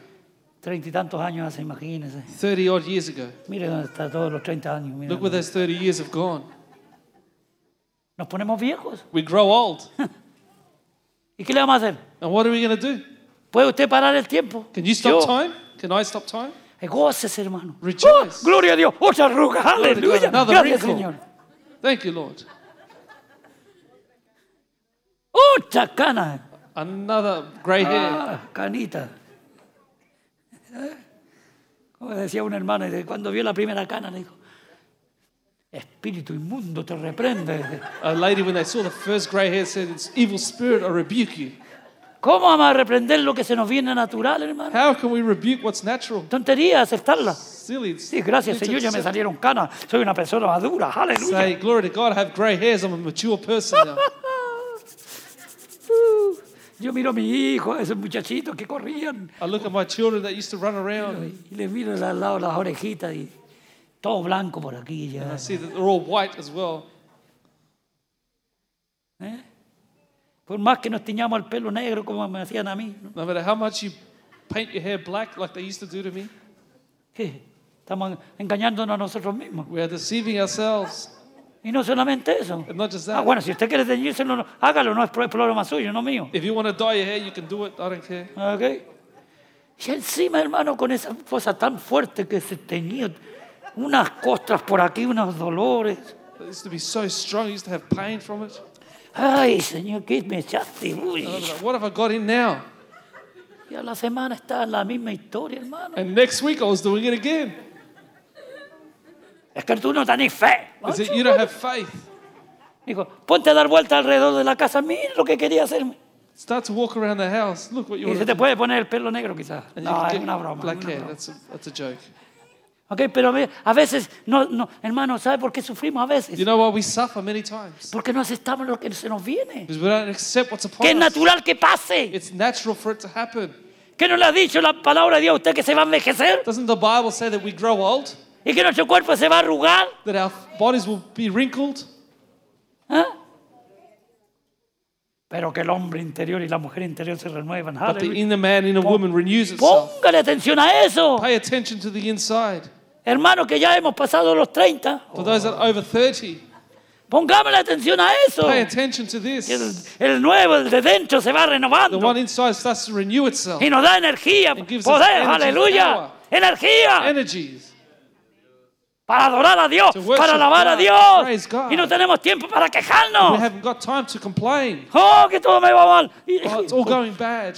treinta y tantos años hace, imagínense.
30 odd years ago.
Mire dónde está todos los 30 años. mire
Look where
dónde.
those 30 years have gone.
Nos ponemos viejos.
We grow old.
¿Y qué le vamos a hacer?
And what are we going to do?
¿Puede usted parar el tiempo?
Can you
Yo- eh,
stop time? Can I stop time?
Goces, hermano.
Rejoice.
¡Oh, gloria a Dios. Otra arruga. Aleluya.
Another
Gracias,
wrinkle.
Señor.
Thank you, Lord.
Otra cana.
Another grey hair.
Ah, canita. ¿Eh? Como decía una hermana, dice, cuando vio la primera cana, le dijo, espíritu inmundo te reprende.
A lady, when they saw the first grey hair, said, It's evil spirit, I rebuke you.
¿Cómo vamos a reprender lo que se nos viene natural, hermano?
How can we rebuke what's natural?
Tontería, aceptarla.
Silly. It's
Sí, gracias,
it's
Señor, ya me
accept-
salieron canas. Soy una persona madura. Aleluya.
Say, Glory to God, I have grey hairs. I'm a mature person now.
Uh, Yo miro a mi hijo, a esos muchachitos que corrían.
I look at my children that used to run around.
Y le miro al lado las orejitas y todo blanco por aquí ya.
I see that they're all white as well.
¿eh? Por más que nos tiñamos el pelo negro como me hacían a mí. ¿no?
No matter how much you paint your hair black like they used to do to me,
¿Qué? Estamos engañándonos a nosotros mismos.
we are deceiving ourselves.
Y no solamente eso.
And not just
Ah,
that.
bueno, si usted quiere teñírselo, no- hágalo, no es pro- problema suyo, no mío.
If you want to dye your hair, you can do it. I don't care.
¿Ok? Y encima, hermano, con esa cosa tan fuerte que se teñía, unas costras por aquí, unos dolores.
It used to be so strong. I used to have pain from it.
Ay, señor, ¿qué me echaste? Uy.
And I was like, what have I got in now?
Y a la semana está la misma historia, hermano.
And next week I was doing it again.
Es que tú no tenés fe.
I said, you don't have faith.
Dijo, ponte a dar vuelta alrededor de la casa, mira lo que quería hacerme.
Start to walk around the house. Look what you
Y
want
se
to
te
do.
puede poner el pelo negro quizás.
And you
No,
can
es
get
una broma.
Black
una
hair.
broma.
That's a, that's a joke.
Ok, pero a ve- a veces, no, no, hermano, ¿sabe por qué sufrimos a
You
veces?
know why we suffer many times?
Porque no aceptamos lo que se nos viene.
Because we don't accept what's upon
Que es
us.
natural que pase.
It's natural for it to happen.
Que no le ha dicho la palabra de Dios a usted que se va a envejecer
Doesn't the Bible say that we grow old?
y que nuestro cuerpo se va a arrugar.
That our bodies will be wrinkled?
¿Ah? Pero que el hombre interior y la mujer interior se renuevan.
But the
Aleluya.
inner man, inner woman renews itself.
Póngale atención a eso.
Pay attention to the inside.
Hermanos que ya hemos pasado los 30,
For those that are over 30,
Pongamos la atención a eso.
Pay attention to
El,
this.
el nuevo, el de dentro, se va
The
renovando
one inside starts to renew itself.
y nos da energía,
It gives us
poder,
energy,
aleluya,
power.
energía
Energies.
para adorar a Dios,
To worship
para alabar a
God,
Dios.
praise God.
Y no tenemos tiempo para
We
quejarnos.
haven't got time to complain.
Oh, que todo me va mal. Y,
Oh, it's all going bad.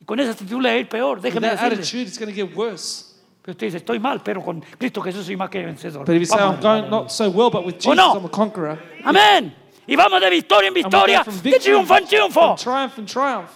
y con esa actitud le va a ir peor.
With
Déjeme
that
decirle.
attitude, it's going to get worse.
Que usted dice, estoy mal, pero con Cristo Jesús soy más que vencedor.
But if you say,
Vamos.
I'm going not so well, but with Jesus,
no.
I'm a conqueror.
Amén. Y vamos de victoria en
And we go
victoria,
from
de
victory,
triunfo en triunfo,
from triumph and triumph,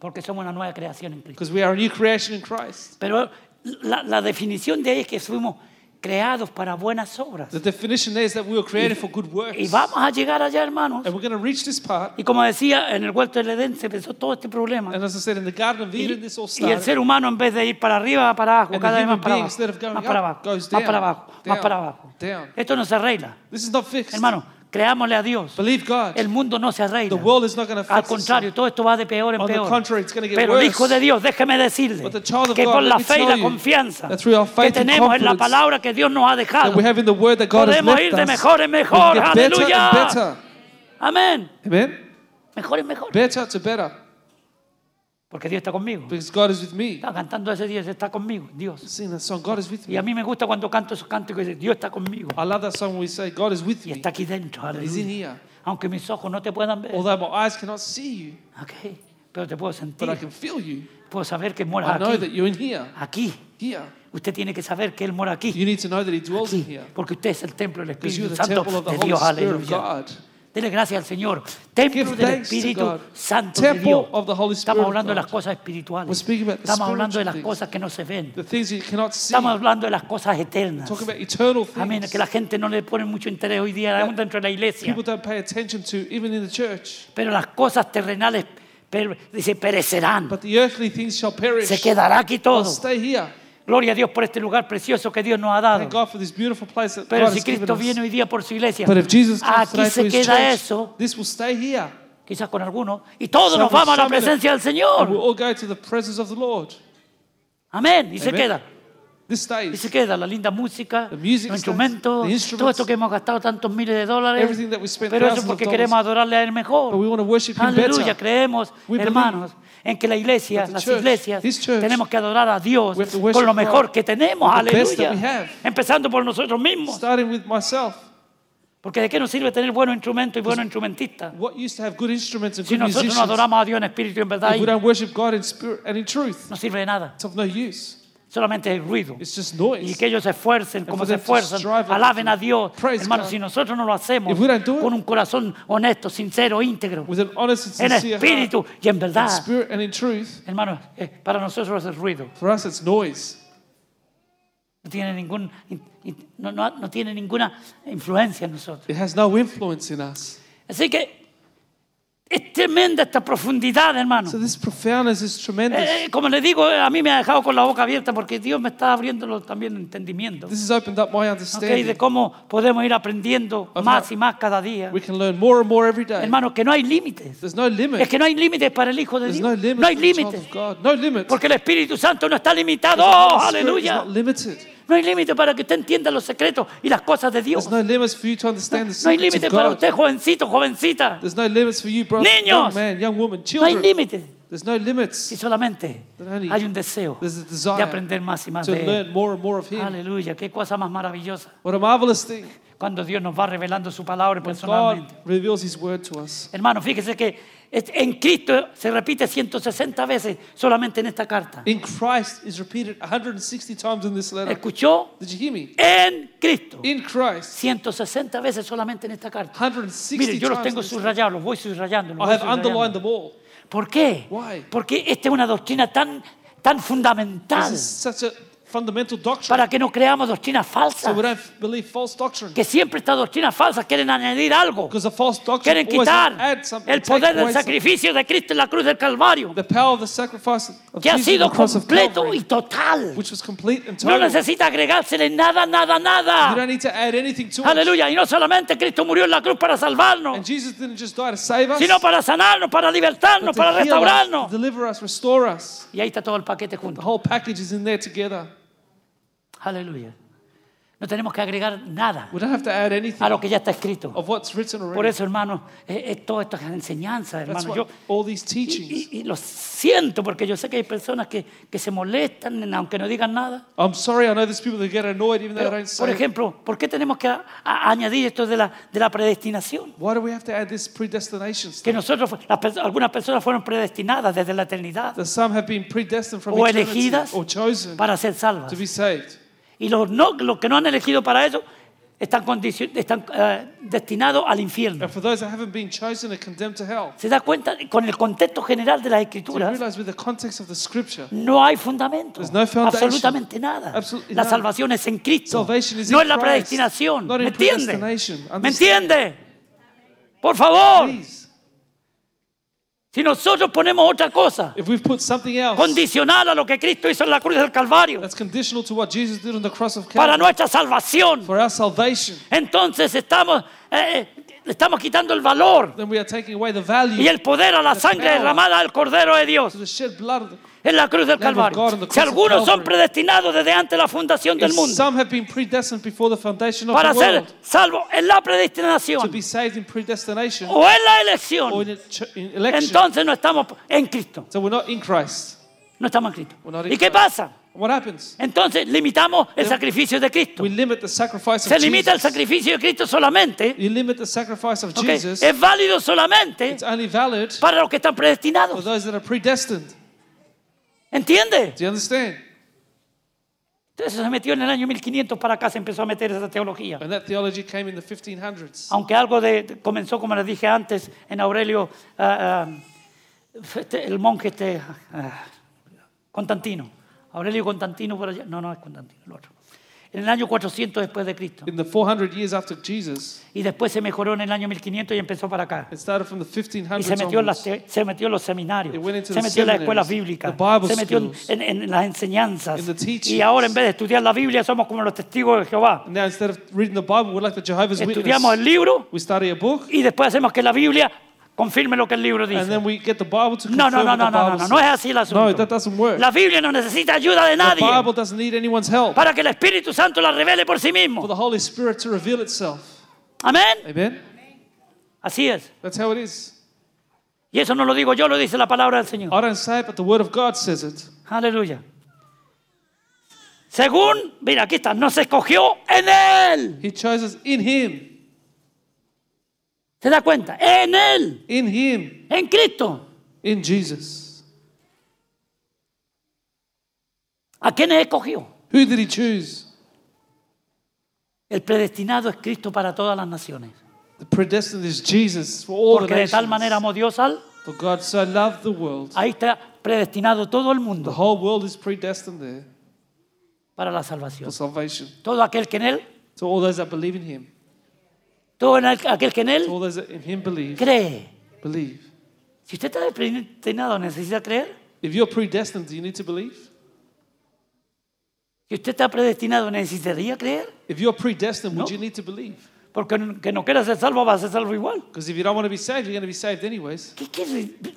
porque somos una nueva creación en Cristo.
because we are a new creation in Christ.
Pero la, la definición de ahí es que fuimos creados para buenas obras.
The definition there is that we were created for good works.
Y vamos a llegar allá, hermanos.
And we're going to reach this part.
Y como decía, en el huerto del Edén se empezó todo este problema.
And as I said, in the Garden of
Y,
Eden, this all
y el
started.
ser humano en vez de ir para arriba, va para abajo,
And
cada
the
vez más
human
para
being,
abajo,
instead of going
más para
up,
abajo,
goes
más para
down,
abajo, más
down,
para abajo.
down.
Esto no se arregla.
This is not fixed.
Hermano, creámosle a Dios.
Believe God.
El mundo no se arregla.
The world is not gonna fix
Al contrario, todo esto va de peor en
On the
peor.
contrary, it's gonna get
Pero el
worse.
Hijo de Dios, déjeme decirle
But the child of
que
God,
por
let
la
me
fe y
tell
la
you
confianza
that through our faith
que
and
tenemos en la
confidence
palabra que Dios nos ha dejado,
That we have in the word that God has
podemos
left
ir de
us.
mejor en
we
mejor.
get better
Aleluya.
and better.
amén,
Amen?
mejor es mejor,
Better to better.
porque Dios está conmigo.
Because God is with me.
Está cantando ese Dios, está conmigo, Dios.
Sing that song, God is with
Y
me.
a mí me gusta cuando canto esos cánticos y dice, Dios está conmigo.
I love that song when we say, God is with
Y
me.
está aquí dentro,
He's in
aleluya.
here.
Aunque mis ojos no te puedan ver,
Although my eyes cannot see you,
ok, pero te puedo
but I
sentir,
can feel you.
puedo saber que moras
I know
aquí,
that you're in here.
aquí.
Here.
Usted tiene que saber que Él mora aquí,
You need to know that He dwells in
aquí,
here.
porque usted es el templo del
Because you're
Espíritu
the
Santo
temple of the
de
Holy
Dios.
Spirit of
Aleluya.
God.
Dele gracias al Señor. Templo
Give
del
thanks to
Espíritu
God.
Santo de
Temple
Dios.
of the Holy Spirit
Estamos
of
hablando de las
God.
cosas
We're
espirituales.
speaking about the
Estamos hablando de las
spiritual
cosas que no se ven.
The things that you cannot see.
Estamos hablando de las cosas eternas.
Talking about eternal
Amén.
things.
Que la gente no le pone mucho interés hoy día aún dentro de la iglesia.
People don't pay attention to, even in the church.
Pero las cosas terrenales, per- dice, perecerán.
But the earthly things shall perish.
Se quedará aquí
I'll
todo.
stay here.
Gloria a Dios por este lugar precioso que Dios nos ha dado.
Thank God for this beautiful place that
Pero
God
si
has given
Cristo viene
us.
hoy día por su iglesia,
But if Jesus comes
aquí
today to
se
his
queda
church,
eso,
this will stay here.
quizás con algunos, y todos
Some
nos
will
vamos a la
summon it.
presencia del
And we'll
Señor.
all go to the presence of the Lord.
Amén. Y se
Amen.
queda. Y
This
se
stays.
queda la linda música,
The music
los
stays,
instrumentos,
the
todo
instruments,
esto que hemos gastado tantos miles de dólares,
everything that we spent
pero eso
thousands of
porque
dollars.
queremos adorarle a Él mejor.
But we want to worship him
Aleluya,
better.
creemos,
We
hermanos, en que la iglesia,
that the
las
church,
iglesias,
this church,
tenemos que adorar a Dios
we have to
con
worship
lo mejor
God
que tenemos,
with the best that we
aleluya,
have.
empezando por nosotros mismos,
Starting with myself.
porque de qué nos sirve tener buenos instrumentos y buenos instrumentistas
What used to have good instruments and
si
Pues good
nosotros no
musicians, Pues
adoramos a Dios en espíritu y en verdad,
if we
ahí
don't worship God in spirit and in truth,
no sirve de nada,
it's of no use.
solamente es ruido.
It's just
Y
noise.
que ellos se esfuercen como
for
se
them to
esfuerzan,
strive
alaben a Dios.
Praise
Hermanos,
God.
si nosotros no lo hacemos
If we don't do it-
con un corazón honesto, sincero, íntegro,
With an honest and
en
sincere
espíritu y en
heart, in
verdad,
spirit and in truth,
hermanos, eh, para nosotros es ruido.
for us it's noise.
No tiene, ningún, in- in- no, no- no tiene ninguna influencia en nosotros.
It has no influence in us.
Así que es tremenda esta profundidad, hermano.
So this profoundness is tremendous.
Eh, eh, como le digo, eh, a mí me ha dejado con la boca abierta porque Dios me está abriendo lo- también el entendimiento.
This has opened up my
¿ok? De
understanding.
cómo podemos ir aprendiendo
Of
más
how-
y más cada día.
We can learn more and more every day.
Hermano, que no hay límites.
There's no limit.
Es que no hay límites para el Hijo de
There's
Dios.
Pues no limit.
No hay
for the child
límites.
of God. No limit.
Porque el Espíritu Santo no está limitado.
The Holy
¡Oh,
Spirit is
aleluya!
not limited.
No hay límite para que usted entienda los secretos y las cosas de Dios.
There's no limits for you to understand the
No hay
secrets
límite
of
para
God.
usted, jovencito, jovencita.
There's no limits for you, brother.
Niños.
Young man, young woman,
No hay
children.
límite.
There's no
Si
limits
solamente
There's only-
hay un deseo
there's a desire
de aprender más y más
to
de Él.
learn more and more of Him.
Aleluya, qué cosa más maravillosa.
What a marvelous thing.
Cuando Dios nos va revelando su palabra
God
personalmente.
reveals His word to us.
Hermano, fíjese que es- en Cristo se repite 160 veces solamente en esta carta.
In Christ is repeated 160 times in this letter.
¿Escuchó?
Did you hear me?
En Cristo.
In Christ,
160 veces solamente en esta carta.
160
Mire, yo los
times
tengo
in this
subrayados, los voy subrayando. los
I
voy
have
subrayando.
underlined them all.
¿Por qué?
Why?
Porque esta es una doctrina tan, tan fundamental
This is such a fundamental doctrine.
para que no creamos doctrinas
So
falsas.
we don't believe false doctrine.
Que siempre estas doctrinas falsas quieren añadir algo.
Because the false
Quieren
doctrine always
quitar
add something.
el
take
poder del
away something.
sacrificio de Cristo en la cruz del Calvario,
The power of the sacrifice of
que ha
Jesus on
sido
the cross of
completo y
Calvary,
total.
which was complete and
No
total.
necesita agregársele nada, nada,
You
nada.
don't need to add anything to it.
Aleluya. Y no solamente Cristo murió en la cruz para salvarnos,
And Jesus didn't just die to save us,
sino para sanarnos, para
but
libertarnos,
to
para
heal us, to
restaurarnos.
deliver us, restore us.
Y ahí está todo el paquete
The
junto.
whole package is in there together.
Aleluya. No tenemos que agregar nada
We don't have to add
a
anything
lo que ya está escrito.
of what's written
Por
already.
eso, hermano, eh, eh, todo esto es enseñanza,
That's
hermano. Yo,
what all these
y,
teachings.
y- y lo siento porque yo sé que hay personas que, que se molestan aunque no digan nada.
I'm sorry, I know there's people that get annoyed even though
Pero,
they don't
por
say.
ejemplo, ¿por qué tenemos que a- a- añadir esto de la, de la predestinación?
Why do we have to add this predestination
Que
stuff?
nosotros, fu- las perso- algunas personas fueron predestinadas desde la eternidad
That some have been predestined from
o
eternity
elegidas
or chosen
para ser salvas.
to be saved.
Y los, no, los que no han elegido para eso están, condici- están eh, destinados al infierno.
And for those that haven't been chosen are condemned to hell.
¿Se da cuenta? Con el contexto general de las
Do you
escrituras,
realize with the context of the scripture,
no hay fundamento.
There's no foundation.
absolutamente nada.
Absolutely
la
none.
salvación es en Cristo.
Salvation is
no
in
es la
Christ,
predestinación.
not
¿Me
in
entiende?
predestination.
¿Me
Understand.
entiende? Por favor,
please,
si nosotros ponemos otra cosa
if we've put something else
condicional a lo que Cristo hizo en la cruz del Calvario
that's conditional to what Jesus did on the cross of
para
Calvary
nuestra salvación,
for our salvation,
entonces estamos, eh, eh, le estamos quitando el valor
then we are taking away the
y
value
el poder a la sangre derramada del Cordero de Dios
to the shed blood of the
en la cruz del Calvario. Si algunos son predestinados desde antes de la fundación del
If
mundo
Some have been predestined before the foundation of
para
the
ser
world
salvos en la
to
predestinación
be saved in predestination
o en la
or in,
elección,
a ch- in election.
entonces no estamos en Cristo.
so we're not in Christ.
No estamos en
We're not
Cristo.
in
¿Y qué
Christ.
pasa?
What happens?
Entonces limitamos el sacrificio de Cristo.
We limit the sacrifice of
Se limita el
Jesus.
sacrificio de Cristo solamente.
You limit the sacrifice of
¿ok?
Jesus.
Es válido solamente
It's only valid
para los que están
for
predestinados.
those that are predestined.
¿Entiende?
Do you understand?
Entonces se metió en el año 1500 para acá, se empezó a meter esa teología.
And that theology came in the 1500s.
Aunque algo de, de- comenzó, como les dije antes, en Aurelio, ah, ah, este, el monje este, ah, Constantino. Aurelio Constantino por allá. No, no es Constantino, el otro. En el año 400 después de Cristo.
In the 400 years after Jesus,
Y después se mejoró en el año 1500 y empezó para acá.
it started from the
Y se
1500s
metió, en las
onwards,
te- se metió en los seminarios,
It went
se
into the
metió en las
seminaries,
escuelas bíblicas,
the Bible
se metió en,
schools,
en- en las enseñanzas.
in the teachings.
Y ahora en vez de estudiar la Biblia somos como los testigos de Jehová.
Now, instead of reading the Bible, we're like the Jehovah's
Estudiamos el
Witness.
libro
We study a book,
y después hacemos que la Biblia confirme lo que el libro
and
dice.
then we get the Bible to
No, no,
confirm
no, no,
what the
no, no,
Bible
no, no es
says.
así el
No, that
asunto.
doesn't work.
La Biblia no necesita ayuda de
The
nadie
Bible doesn't need anyone's help
para que el Espíritu Santo la revele por sí
for
mismo.
the Holy Spirit to reveal itself.
Amén.
Amen?
Así es.
That's how it is.
Y eso no lo digo yo, lo dice la palabra del Señor.
I don't say it, but the Word of God says it.
Ah. Aleluya. Según, mira, aquí está, nos escogió en Él.
He chose us in Him.
¿Se da cuenta? En Él,
In Him.
en Cristo.
In Jesus.
¿A quiénes escogió?
Who did He choose?
El predestinado es Cristo para todas las naciones.
The predestined is Jesus for all
Porque
the
de tal
nations.
manera amó Dios al...
For God so loved the world.
Ahí está predestinado todo el
The
mundo
whole world is predestined there
para la
for
salvación.
salvation.
Todo aquel que en Él,
To all those that believe in Him.
todo en el- aquel que en
To all
Él
those that in Him believe.
cree.
Believe.
Si usted está predestinado, ¿necesita creer?
If you're predestined, do you need to believe?
Si usted está predestinado, ¿necesitaría creer?
If you're predestined, would
No.
you need to believe?
Porque el que no quiera ser salvo va a ser salvo igual.
Because if you don't want to be saved, you're going to be saved anyways.
¿Qué, qué re-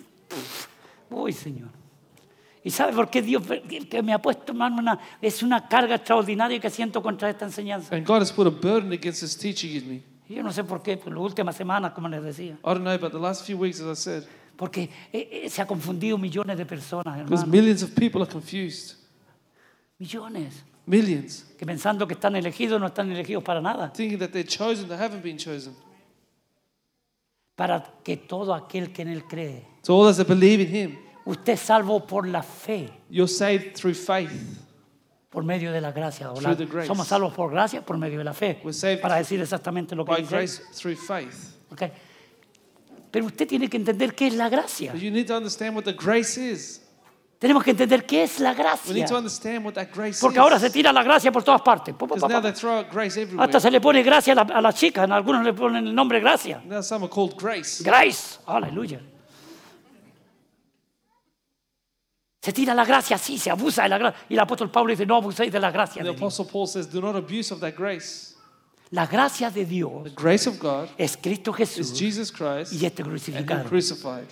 Uy, Señor. ¿Y sabe por qué Dios que me ha puesto, hermano, una, es una carga extraordinaria que siento contra esta enseñanza?
And God has put a burden against His teaching in me.
Y Yo no sé por qué, por las últimas semanas, como les decía.
I don't know, but the last few weeks, as I said,
Porque eh, eh, se ha confundido millones de personas,
because
hermano.
millions of people are confused.
Millones.
Millions.
Que pensando que están elegidos, no están elegidos para nada.
Thinking that they're chosen, they haven't been chosen.
Para que todo aquel que en Él cree.
To all those that believe in Him,
Usted es salvo por la fe,
you're saved through faith.
por medio de la gracia. o la-
Through the grace.
somos salvos por gracia, por medio de la fe.
We're saved
Para decir exactamente lo que
By
dice.
grace, through faith.
¿ok? Pero usted tiene que entender qué es la gracia.
But you need to understand what the grace is.
Tenemos que entender qué es la
We need
gracia.
to understand what that grace
Porque
is.
ahora se tira la gracia por todas partes. Pa, pa,
Because now
pa,
they
pa.
throw out grace everywhere.
Hasta se le pone gracia a la, a la chica. En algunos le ponen el nombre gracia.
Now some are called grace.
Grace. Aleluya. Se tira la gracia así, se abusa de la gracia. Y el apóstol Pablo dice, no abuséis de la gracia
And the
de Dios.
Apostle Paul says, do not abuse of that grace.
La gracia de
The
Dios
grace of God
es Cristo
is
Jesús
Jesus Christ
y este
and Him
crucificado.
crucified.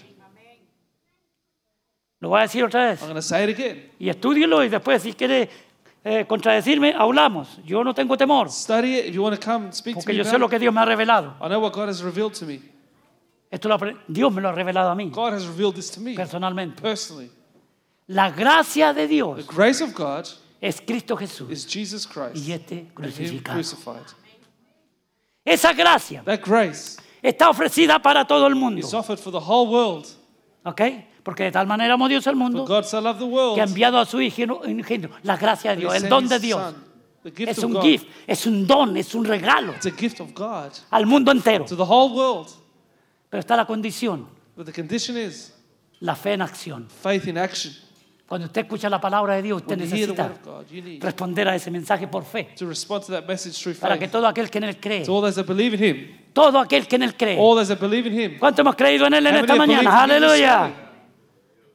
Lo voy a decir otra vez.
I'm going to say it again.
Y estudienlo y después si quiere eh, contradecirme, hablamos. Yo no tengo temor,
Study it. If you want to come, speak to
porque
me.
yo
about
sé lo
it.
que Dios me ha revelado.
I know what God has revealed to me.
Esto lo apre- Dios me lo ha revelado a mí,
God has revealed this to me
personalmente.
personally.
La gracia de
The
Dios
grace of God
es Cristo Jesús
is Jesus Christ
y este
and Him
crucificado.
crucified.
Esa gracia
That grace
está ofrecida para todo el
is
mundo,
offered for the whole world.
¿ok? Porque de tal manera amó Dios al
For
mundo
God so loved the world
que ha enviado a su Hijo ingenio, la gracia de
that He
Dios, el
sent
don de
His
Dios.
Son. The gift
Es
of
un
God.
gift, es un don, es un regalo
It's a gift of God
al mundo entero.
to the whole world.
Pero está la condición,
But the condition is
la fe en acción.
faith in action.
Cuando usted escucha la palabra de Dios, usted
When you hear the word
necesita
of God, you need
responder a ese mensaje por fe.
to respond to that message through
Para que
faith.
todo aquel que en él cree,
To all those that believe in Him,
todo aquel que en él cree,
all those that believe in Him,
¿cuánto hemos creído en él Eh. en
Oh. How
esta
many have
mañana?
believed in him this
Aleluya.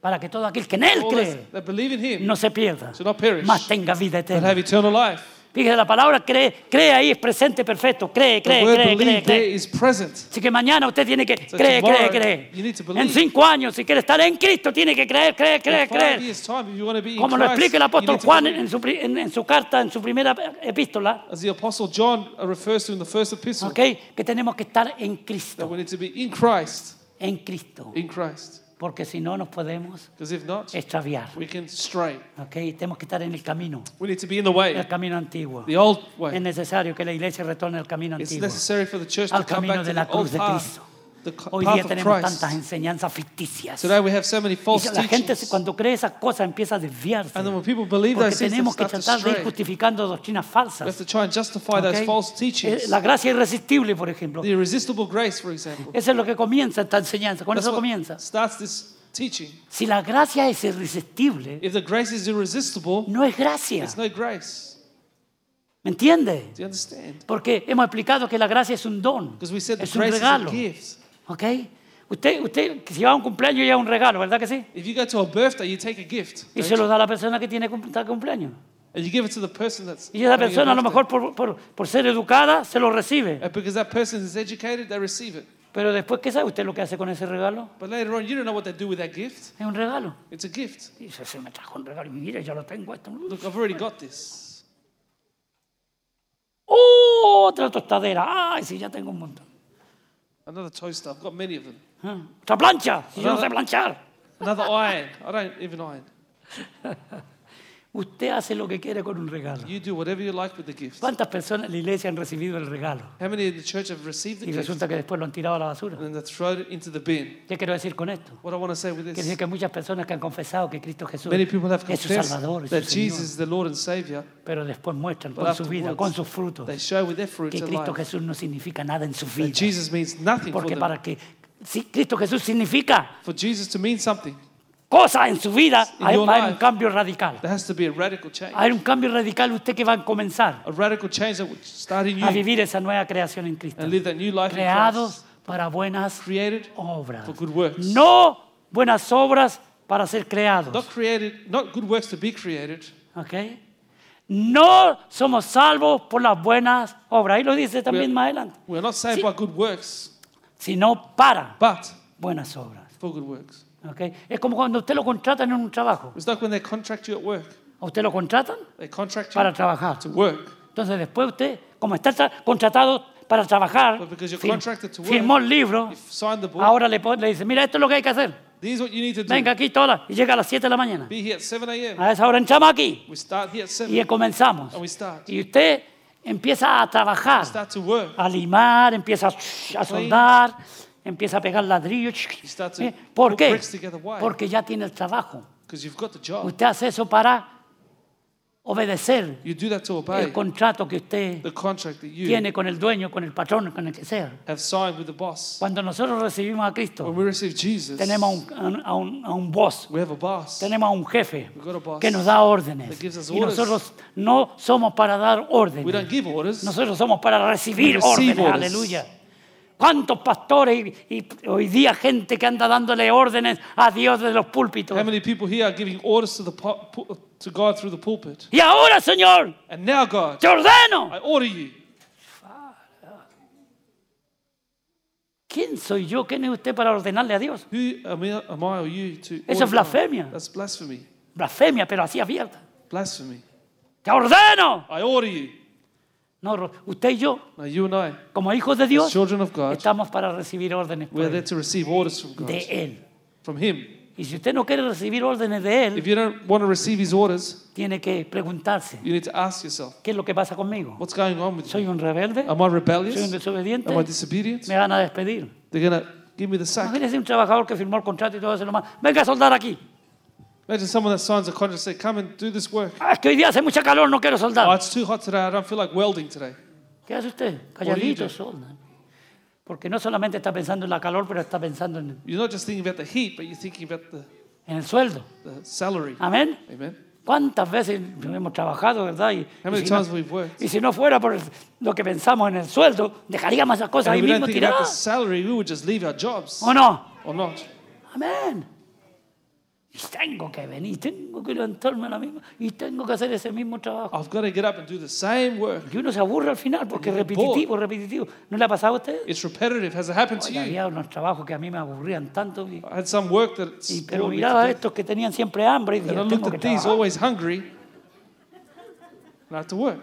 Para que todo aquel que en él
all those
cree
that believe in Him,
no se pierda,
should not perish,
mas tenga vida
but
eterna.
have eternal life.
Fíjese, la palabra cree, cree ahí es presente perfecto. Cree,
The
cree,
word
cree, cree,
believe there
cree.
is present.
Así que mañana usted tiene que
So
creer, creer,
tomorrow,
creer.
you need to believe.
En cinco años, si quiere estar en Cristo, tiene que creer, creer,
In
creer,
five
creer.
years' time, if you want to be in
Como lo
Christ,
explica el
you
apóstol
need to
Juan
believe.
en su, pri- en- en su carta, en su primera epístola,
As the apostle John refers to in the first epistle,
¿ok? que tenemos que estar en
that
Cristo,
we need to be in Christ,
en Cristo,
in Christ.
porque si no nos podemos
Because if not,
extraviar.
we can stray.
¿ok? Tenemos que estar en el camino,
We need to be in the
el
way,
camino antiguo.
the old
Es
way.
necesario que la iglesia retorne al camino
It's
antiguo.
necessary for the church
Al
to come
camino
back
de
to
la
the old
cruz de
path,
Cristo.
the co-
Hoy día
path of
tenemos
Christ.
tantas enseñanzas ficticias.
Today we have so many
Y
false
si la gente
teachings.
cuando cree esas cosas empieza a desviarse.
And then when people believe
Porque
those things, they
tenemos que
start to
tratar de ir
stray.
justificando doctrinas
We have
falsas.
to try and justify those
¿ok?
false
Eh,
teachings.
La gracia irresistible, por ejemplo.
The irresistible grace, for example.
Eso es lo que comienza esta enseñanza. Con
That's
eso
what
comienza.
starts this teaching.
Si la gracia es irresistible,
If the grace is irresistible,
no es gracia.
it's no grace.
¿Me entiende?
Do you understand?
Porque hemos explicado que la gracia es un don.
Because we said the
Es un
grace is a
regalo.
gift.
¿Ok? Usted, usted, que si va a un cumpleaños, lleva un regalo, ¿verdad que sí?
If you go to a birthday, you take a gift
Y
don't
se
you?
lo da a la persona que tiene cum- está cumpleaños.
and you give it to the person that's.
Y esa
having
persona, a lo
birthday.
mejor por, por- por ser educada, se lo recibe.
And because that person is educated, they receive it.
Pero después, ¿qué sabe usted lo que hace con ese regalo?
But later on, you don't know what they do with that gift.
Es un regalo.
It's a gift.
Y dice, se me trajo un regalo y mira, ya lo tengo. Esto.
Look, I've already got this.
¡Oh, otra tostadera! ¡Ay, sí, ya tengo un montón!
Another toaster. I've got many of them.
Ah, ¡Otra plancha! Si yo no sé planchar.
Another iron. I don't even iron.
Usted hace lo que quiere con un regalo.
You do whatever you like with the gift.
¿Cuántas personas en la iglesia han recibido el regalo?
How many in the church have received
Y
the gift
resulta que después lo han tirado a la basura.
and then they throw it into the bin?
¿Qué quiero decir con esto?
What I want to say with
Quiere decir
this,
que muchas personas que han confesado que Cristo Jesús
many people have
es su
confessed
Salvador, es su
that Jesus
Señor,
is the Lord and Savior,
pero después muestran
but
con su vida, con sus
afterwards
frutos,
they show with their fruits
que
their
Cristo
life
Jesús no significa nada en su
that
vida.
Jesus means nothing for
Porque
them.
para que si Cristo Jesús significa
For Jesus to mean something,
cosas en su vida,
In
hay,
your
va a haber un
life.
cambio radical.
there has to be a radical change,
Hay un cambio radical usted que va a comenzar
a radical change that would start in
a
you
vivir esa nueva creación en Cristo.
and live that new life in Christ,
Creados para buenas
created,
obras.
for good works.
No buenas obras para ser
not
creados.
created, not good works to be created.
¿ok? No somos salvos por las buenas obras. Ahí lo dice también
We're-
más adelante.
We're not saved
Sí.
by good works,
Sino para
but
buenas obras.
for good works.
¿ok? Es como cuando usted lo contratan en un trabajo.
It's like when they contract you at work.
A usted lo contratan
They contract you
para trabajar.
to work.
Entonces después usted, como está tra- contratado para trabajar,
But Pues, because you're
fir-
contracted to work,
firmó el libro,
You've signed the book.
ahora le, pon- le dice, mira, esto es lo que hay que hacer.
This is what you need to do.
Venga aquí todas las- y llega a las 7 de la mañana.
Be here at 7 a.m.
A esa hora entramos aquí
We start here at 7.
y comenzamos.
And we start.
Y usted empieza a trabajar,
Start to work.
a limar, empieza a, a soldar, empieza a pegar ladrillos.
start to
¿Eh? ¿Por
put
qué?
bricks together. Why?
Porque ya tiene el trabajo.
Because you've got the job.
Usted hace eso para obedecer
You do that to
el
obey
contrato que usted
the contract that you
tiene con el dueño, con el patrón, con el que sea.
have signed with the boss.
Cuando nosotros recibimos a
When
Cristo,
we receive Jesus,
tenemos a un, a un- a un- a un boss,
we have a boss
tenemos a un jefe
We've got a boss
que nos da
that
órdenes.
gives us
Y
orders.
nosotros no somos para dar
We don't
órdenes,
give orders.
nosotros somos para recibir
We receive
órdenes.
orders.
Aleluya. ¿Cuántos pastores y, y hoy día gente que anda dándole órdenes a Dios de los púlpitos?
How many people here are giving orders to the pu- pu- to God through the pulpit?
Y ahora, Señor,
And now, God,
te ordeno.
I order you.
¿Quién soy yo? ¿Quién es usted para ordenarle a Dios?
Who am I, am I or you
Eso
to? order
es
God?
blasfemia.
That's blasphemy.
Blasfemia, pero así abierta.
Blasphemy.
Te ordeno.
I order you.
No, ro- usted y yo,
Now, you and I,
como hijos de Dios,
children of God,
estamos para recibir órdenes por
we are there
él,
to receive orders from God,
de Él.
from Him.
Y si usted no quiere recibir órdenes de Él,
If you don't want to receive His orders,
tiene que preguntarse,
you need to ask yourself,
¿qué es lo que pasa conmigo?
what's going on with
¿Soy
you?
un rebelde?
Am I
¿Soy un
rebellious?
desobediente?
Am I disobedient?
Me van a despedir.
They're going to give me the sack.
Imagínese un trabajador que firmó el contrato y todo eso nomás. Venga a soldar aquí.
Imagine someone that signs a contract say, come and do this work.
Ah, es que hoy día hace mucha calor, no quiero
Oh,
soldar.
it's too hot today. I don't feel like welding today.
¿Qué hace usted?
do you
Calladito
do?
solda. Porque no solamente está pensando en la calor, pero está pensando en,
You're not just thinking about the heat, but you're thinking about the,
en el sueldo.
the salary.
Amén.
Amen.
¿Cuántas veces hemos trabajado, verdad? Y,
How
y
many
si no-
times we've worked?
y si no fuera por el- lo que pensamos en el sueldo, dejaríamos esas cosas
And
ahí
if we don't
mismo
think about the
tiradas.
salary, we would just leave our jobs
¿O no?
or not.
Amén. Y tengo que venir, tengo que levantarme a la misma y tengo que hacer ese mismo trabajo.
I've got to get up and do the same work.
Y uno se aburre al final porque es
You're
repetitivo, repetitivo. ¿No le ha pasado a usted?
It's repetitive. Has it happened to
Oye,
you?
había unos trabajos que a mí me aburrían tanto. y-
I had some work that's
y- pero
bored me
miraba a
to death.
estos que tenían siempre hambre y
And I
decía, tengo
looked
que
at these,
trabajar.
always hungry, and I had to work.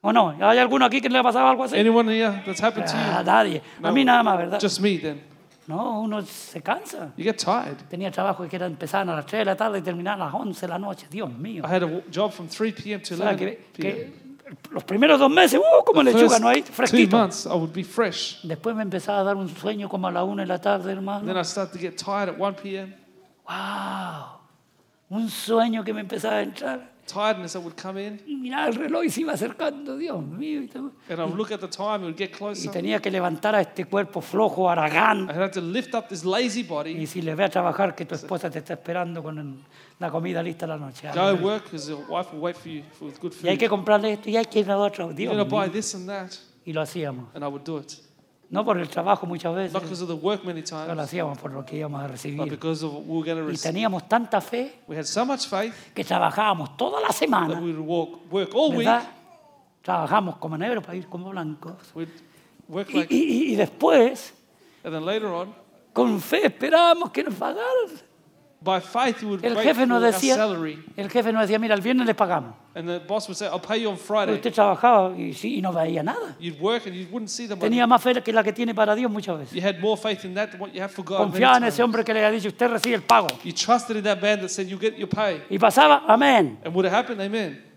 ¿O no? ¿Hay alguno aquí que le ha pasado algo así?
Anyone here that's happened
A
to
nadie. A mí
No.
nada más, ¿verdad?
you? Just me then.
No, uno se cansa.
You get tired.
Tenía trabajos que eran, empezaban a las 3 de la tarde y terminaban a las 11 de la noche. Dios mío.
I had a w- job from 3 p.m. to
O sea,
11
que,
p.m.
que los primeros dos meses, ¡uh! Como
The
lechuga, no hay
first two
fresquito.
months, I would be fresh.
Después me empezaba a dar un sueño como a la 1 de la tarde,
Then
hermano.
I started to get tired at 1 p.m.
¡Wow! Un sueño que me empezaba a entrar.
Tiredness that would come in,
Y miraba el reloj y se iba acercando, Dios mío. Y, todo.
and I would look at the time, it would get
Y
closer.
tenía que levantar a este cuerpo flojo, aragán.
I had to lift up this lazy
Y
body,
si le ve a trabajar que tu esposa te está esperando con el- la comida lista a la noche.
go work because your wife will wait for you for with good
Y hay
food.
que comprarle esto y hay que ir a otro.
You're
Dios
going to buy
mío.
this and that,
Y lo hacíamos.
and I would do it.
No por el trabajo muchas
Not
veces,
because of the work many
no lo
times,
hacíamos por lo que íbamos a
but
recibir.
because of what we were going to
Y
receive.
teníamos tanta fe
We had so much faith
que trabajábamos toda la
that
semana,
we would walk, work all week.
¿verdad? Trabajamos como negros para ir como blancos.
We'd work
Y,
like,
y- y- y después,
and then later on,
con fe, esperábamos que nos pagaran.
by faith, you would
El
wait
jefe
for
nos
our
decía,
salary.
el jefe nos decía, mira, el viernes les pagamos.
And the boss would say, I'll pay you on
Pero
Friday.
usted trabajaba y, sí, y no veía nada.
You'd work and you wouldn't see the money.
Tenía más fe que la que tiene para Dios muchas veces.
You had more faith in that than what you have for God. many
Confiaba en
times.
ese hombre que le había dicho, usted recibe el pago.
You trusted in that man that said, You'll get your pay.
Y pasaba, amén.
And would it happen? Amen.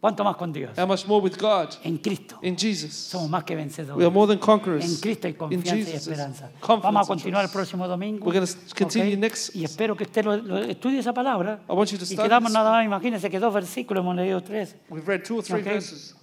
¿Cuánto más con Dios?
How much more with God?
En Cristo.
In Jesus.
Somos más que
We are
vencedores.
more than
En
conquerors.
Cristo hay
In
confianza y
Jesus.
esperanza.
Confidence
Vamos a
and
continuar el
trust.
próximo domingo.
We're gonna continue
¿ok?
next-
Y espero que usted lo, lo estudie esa palabra.
I want you to
Y
study
quedamos
this.
nada más, imagínense que dos versículos hemos leído tres.
We've read two or three
Okay.
verses.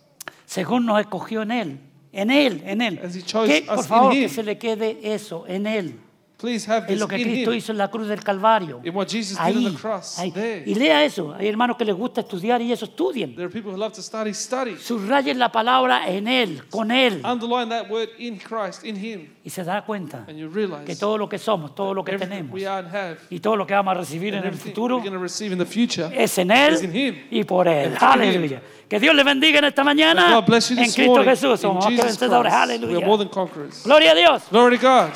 Según nos escogió en Él. En Él, en Él.
As he chose
Que, por
us in
favor, que
him.
se le quede eso, en Él.
Please have
En
this
lo que
in
Cristo
Him.
hizo en la cruz del Calvario.
In what Jesus did on
Ahí,
the cross.
ahí.
There.
Y lea eso. Hay hermanos que les gusta estudiar y eso estudien.
There are people who love to study. Study.
Subrayen la palabra en Él, con Él.
Underline that word in Christ, in Him,
Y se da cuenta
and you
que
realize
todo lo que somos, todo lo que
everything
tenemos
we are and have,
y todo lo que vamos a recibir en
and
el
everything we're
futuro
going to receive in the future.
es en
is in
Él
Him.
y por Él.
It's in
Aleluya. Que Dios le bendiga en esta mañana.
God
En
bless you this
Cristo
morning.
Jesús
in
somos más que
Jesus
vencedores.
Christ, we are more
Aleluya.
than conquerors.
Gloria a Dios.
Glory to God.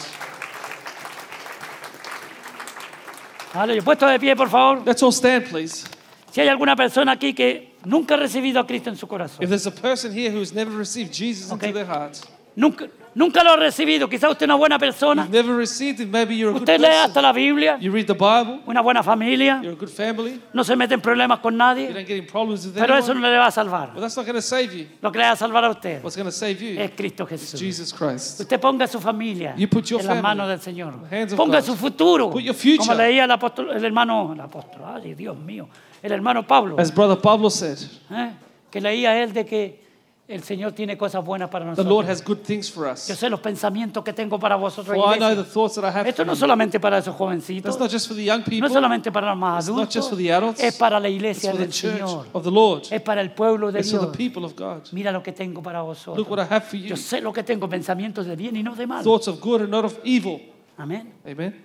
Aleluya. Puesto de pie, por favor.
Let's all stand, please.
Si hay alguna persona aquí que nunca ha recibido a Cristo en su
If
corazón,
there's a person here who's never received Jesus
Okay.
into their heart,
nunca, nunca lo ha recibido, quizá usted es una buena persona,
you've never received it, maybe you're a good
usted lee
person.
hasta la Biblia,
You read the Bible,
una buena familia,
you're a good family,
no se mete en problemas con
you
nadie,
don't get any problems with
pero eso
anyone.
no le va a salvar.
Well, that's not going to save you.
Lo que le va a salvar a usted
What's going to save you
es Cristo
is
Jesús.
Jesus Christ.
Usted ponga su familia
You put your
en las
family
manos del Señor.
in the hands of
Ponga
God.
su futuro.
Put your future.
Como leía el apóstol, el hermano, el apóstol, ay Dios mío, el hermano Pablo,
As Brother Pablo said,
¿eh? que leía él de que el Señor tiene cosas buenas para
the
nosotros.
Lord has good things for us.
Yo sé los pensamientos que tengo para vosotros.
For I know
iglesia.
the thoughts that I have.
Esto
for
no
you.
solamente para esos
That's
jovencitos,
not just for the young
no
people.
solamente para los más
It's not
adultos,
just for the adults.
es para la
It's
iglesia
for the
del
church
Señor,
of the Lord.
es para el pueblo de
It's for the
Dios.
people of God.
Mira lo que tengo para
Look what I
vosotros.
have for you.
Yo sé lo que tengo, pensamientos de bien y no de mal.
Thoughts of good and not of evil.
Amén.
Amen.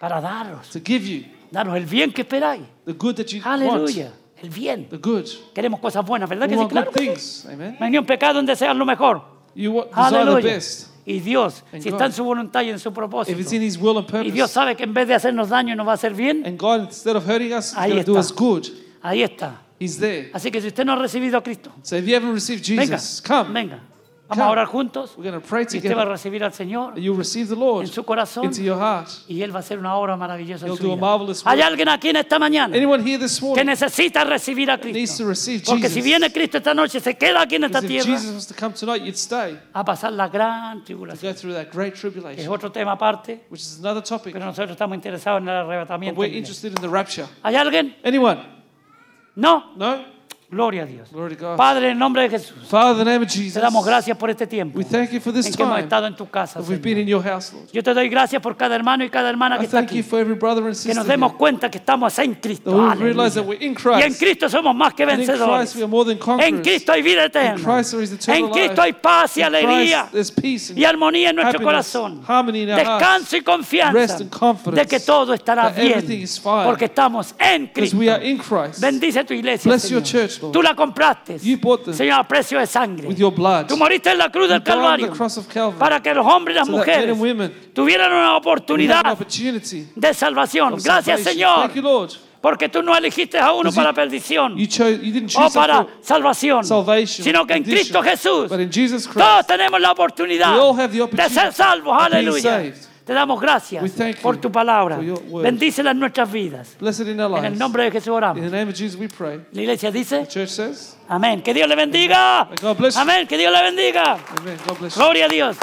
Para daros,
To give you
daros el bien que esperáis.
the good that you want.
Aleluya. El bien.
The good.
Queremos cosas buenas, ¿verdad
You
que sí?
want
Claro
good
que sí.
things. Amen.
No hay ni un pecado donde desear lo mejor.
You want, desire the
Aleluya.
best.
Y Dios,
And
si
God.
está en su voluntad y en su
If it's
propósito,
in His will and
y Dios
purpose,
sabe que en vez de hacernos daño nos va a hacer bien,
and God, instead of hurting us, is
Ahí
going to do
está.
us good.
ahí está.
He's there.
Así que si usted no ha recibido a Cristo,
So if you haven't received
venga,
Jesus, come.
venga. Vamos
Come.
a orar juntos.
We're going to pray
Y usted va a
together.
recibir al Señor
And you'll receive the Lord
en su corazón
into your heart.
y Él va a hacer una obra maravillosa en
He'll
su
do a
vida.
marvelous
Hay
work.
alguien aquí en esta mañana
Anyone here this
que
morning?
necesita recibir a
needs
Cristo.
to receive
Porque si
Jesus.
viene Cristo esta noche, se queda aquí en esta
Because if
tierra
Jesus was to come tonight, you'd stay.
a pasar la gran tribulación.
Go through that great
que Es
tribulation,
otro tema aparte,
which is another topic.
pero nosotros estamos interesados en el
But
arrebatamiento.
we're interested in the rapture.
¿Hay alguien?
Anyone?
No.
No?
Gloria a Dios.
Glory to God.
Padre, en nombre de Jesús,
Father, in the name of
te
Jesus,
damos gracias por este tiempo
we thank you for this
en que hemos
time that
estado en tu casa.
we've
Señor.
been in your house, Lord.
Yo te doy gracias por cada hermano y cada hermana que
I
está
thank you
aquí.
for every brother and
Que
sister
nos
here,
demos cuenta que estamos en
that
Cristo.
we realize that
Aleluya.
we're in
Y en
Christ.
Cristo somos más que
And in Christ
vencedores.
we are more than
En
conquerors.
Cristo hay vida eterna.
In Christ there is eternal
En Cristo hay
life.
paz y alegría
Christ, there's peace and
y armonía en nuestro
happiness,
corazón.
harmony in our hearts,
Descanso y confianza
rest and confidence
de que todo estará
that everything
bien
is fine,
porque estamos en
because
Cristo.
we are in Christ
Bendice tu iglesia,
Bless your
Señor.
church, Lord.
Tú la compraste,
You bought them
Señor, a precio de sangre.
with your blood.
Tú moriste en la cruz del
died on the
Calvario
cross of Calvary
para que los hombres y las
so that men
mujeres
and women
tuvieran una
would have an
oportunidad
opportunity
de salvación.
of
Gracias,
salvation.
Señor,
Thank you, Lord.
porque tú no elegiste a uno
Because
para perdición
You, chose, you didn't
o
choose
Oh, para
us
salvación,
for salvation,
sino que en
condition,
Cristo Jesús
but in Jesus Christ,
todos tenemos la oportunidad
We all have the
de
opportunity
ser salvos.
of being
Aleluya.
saved.
Te damos gracias
We thank you
por tu palabra.
for your word.
Bendícela en nuestras vidas.
blessed in our
En el
lives.
nombre de Jesús
In
oramos.
the name of Jesus, we pray.
La iglesia dice,
The church says,
amén. Que Dios le bendiga.
God bless you.
Amén. Que Dios le bendiga.
Amen. God bless you.
Gloria a Dios.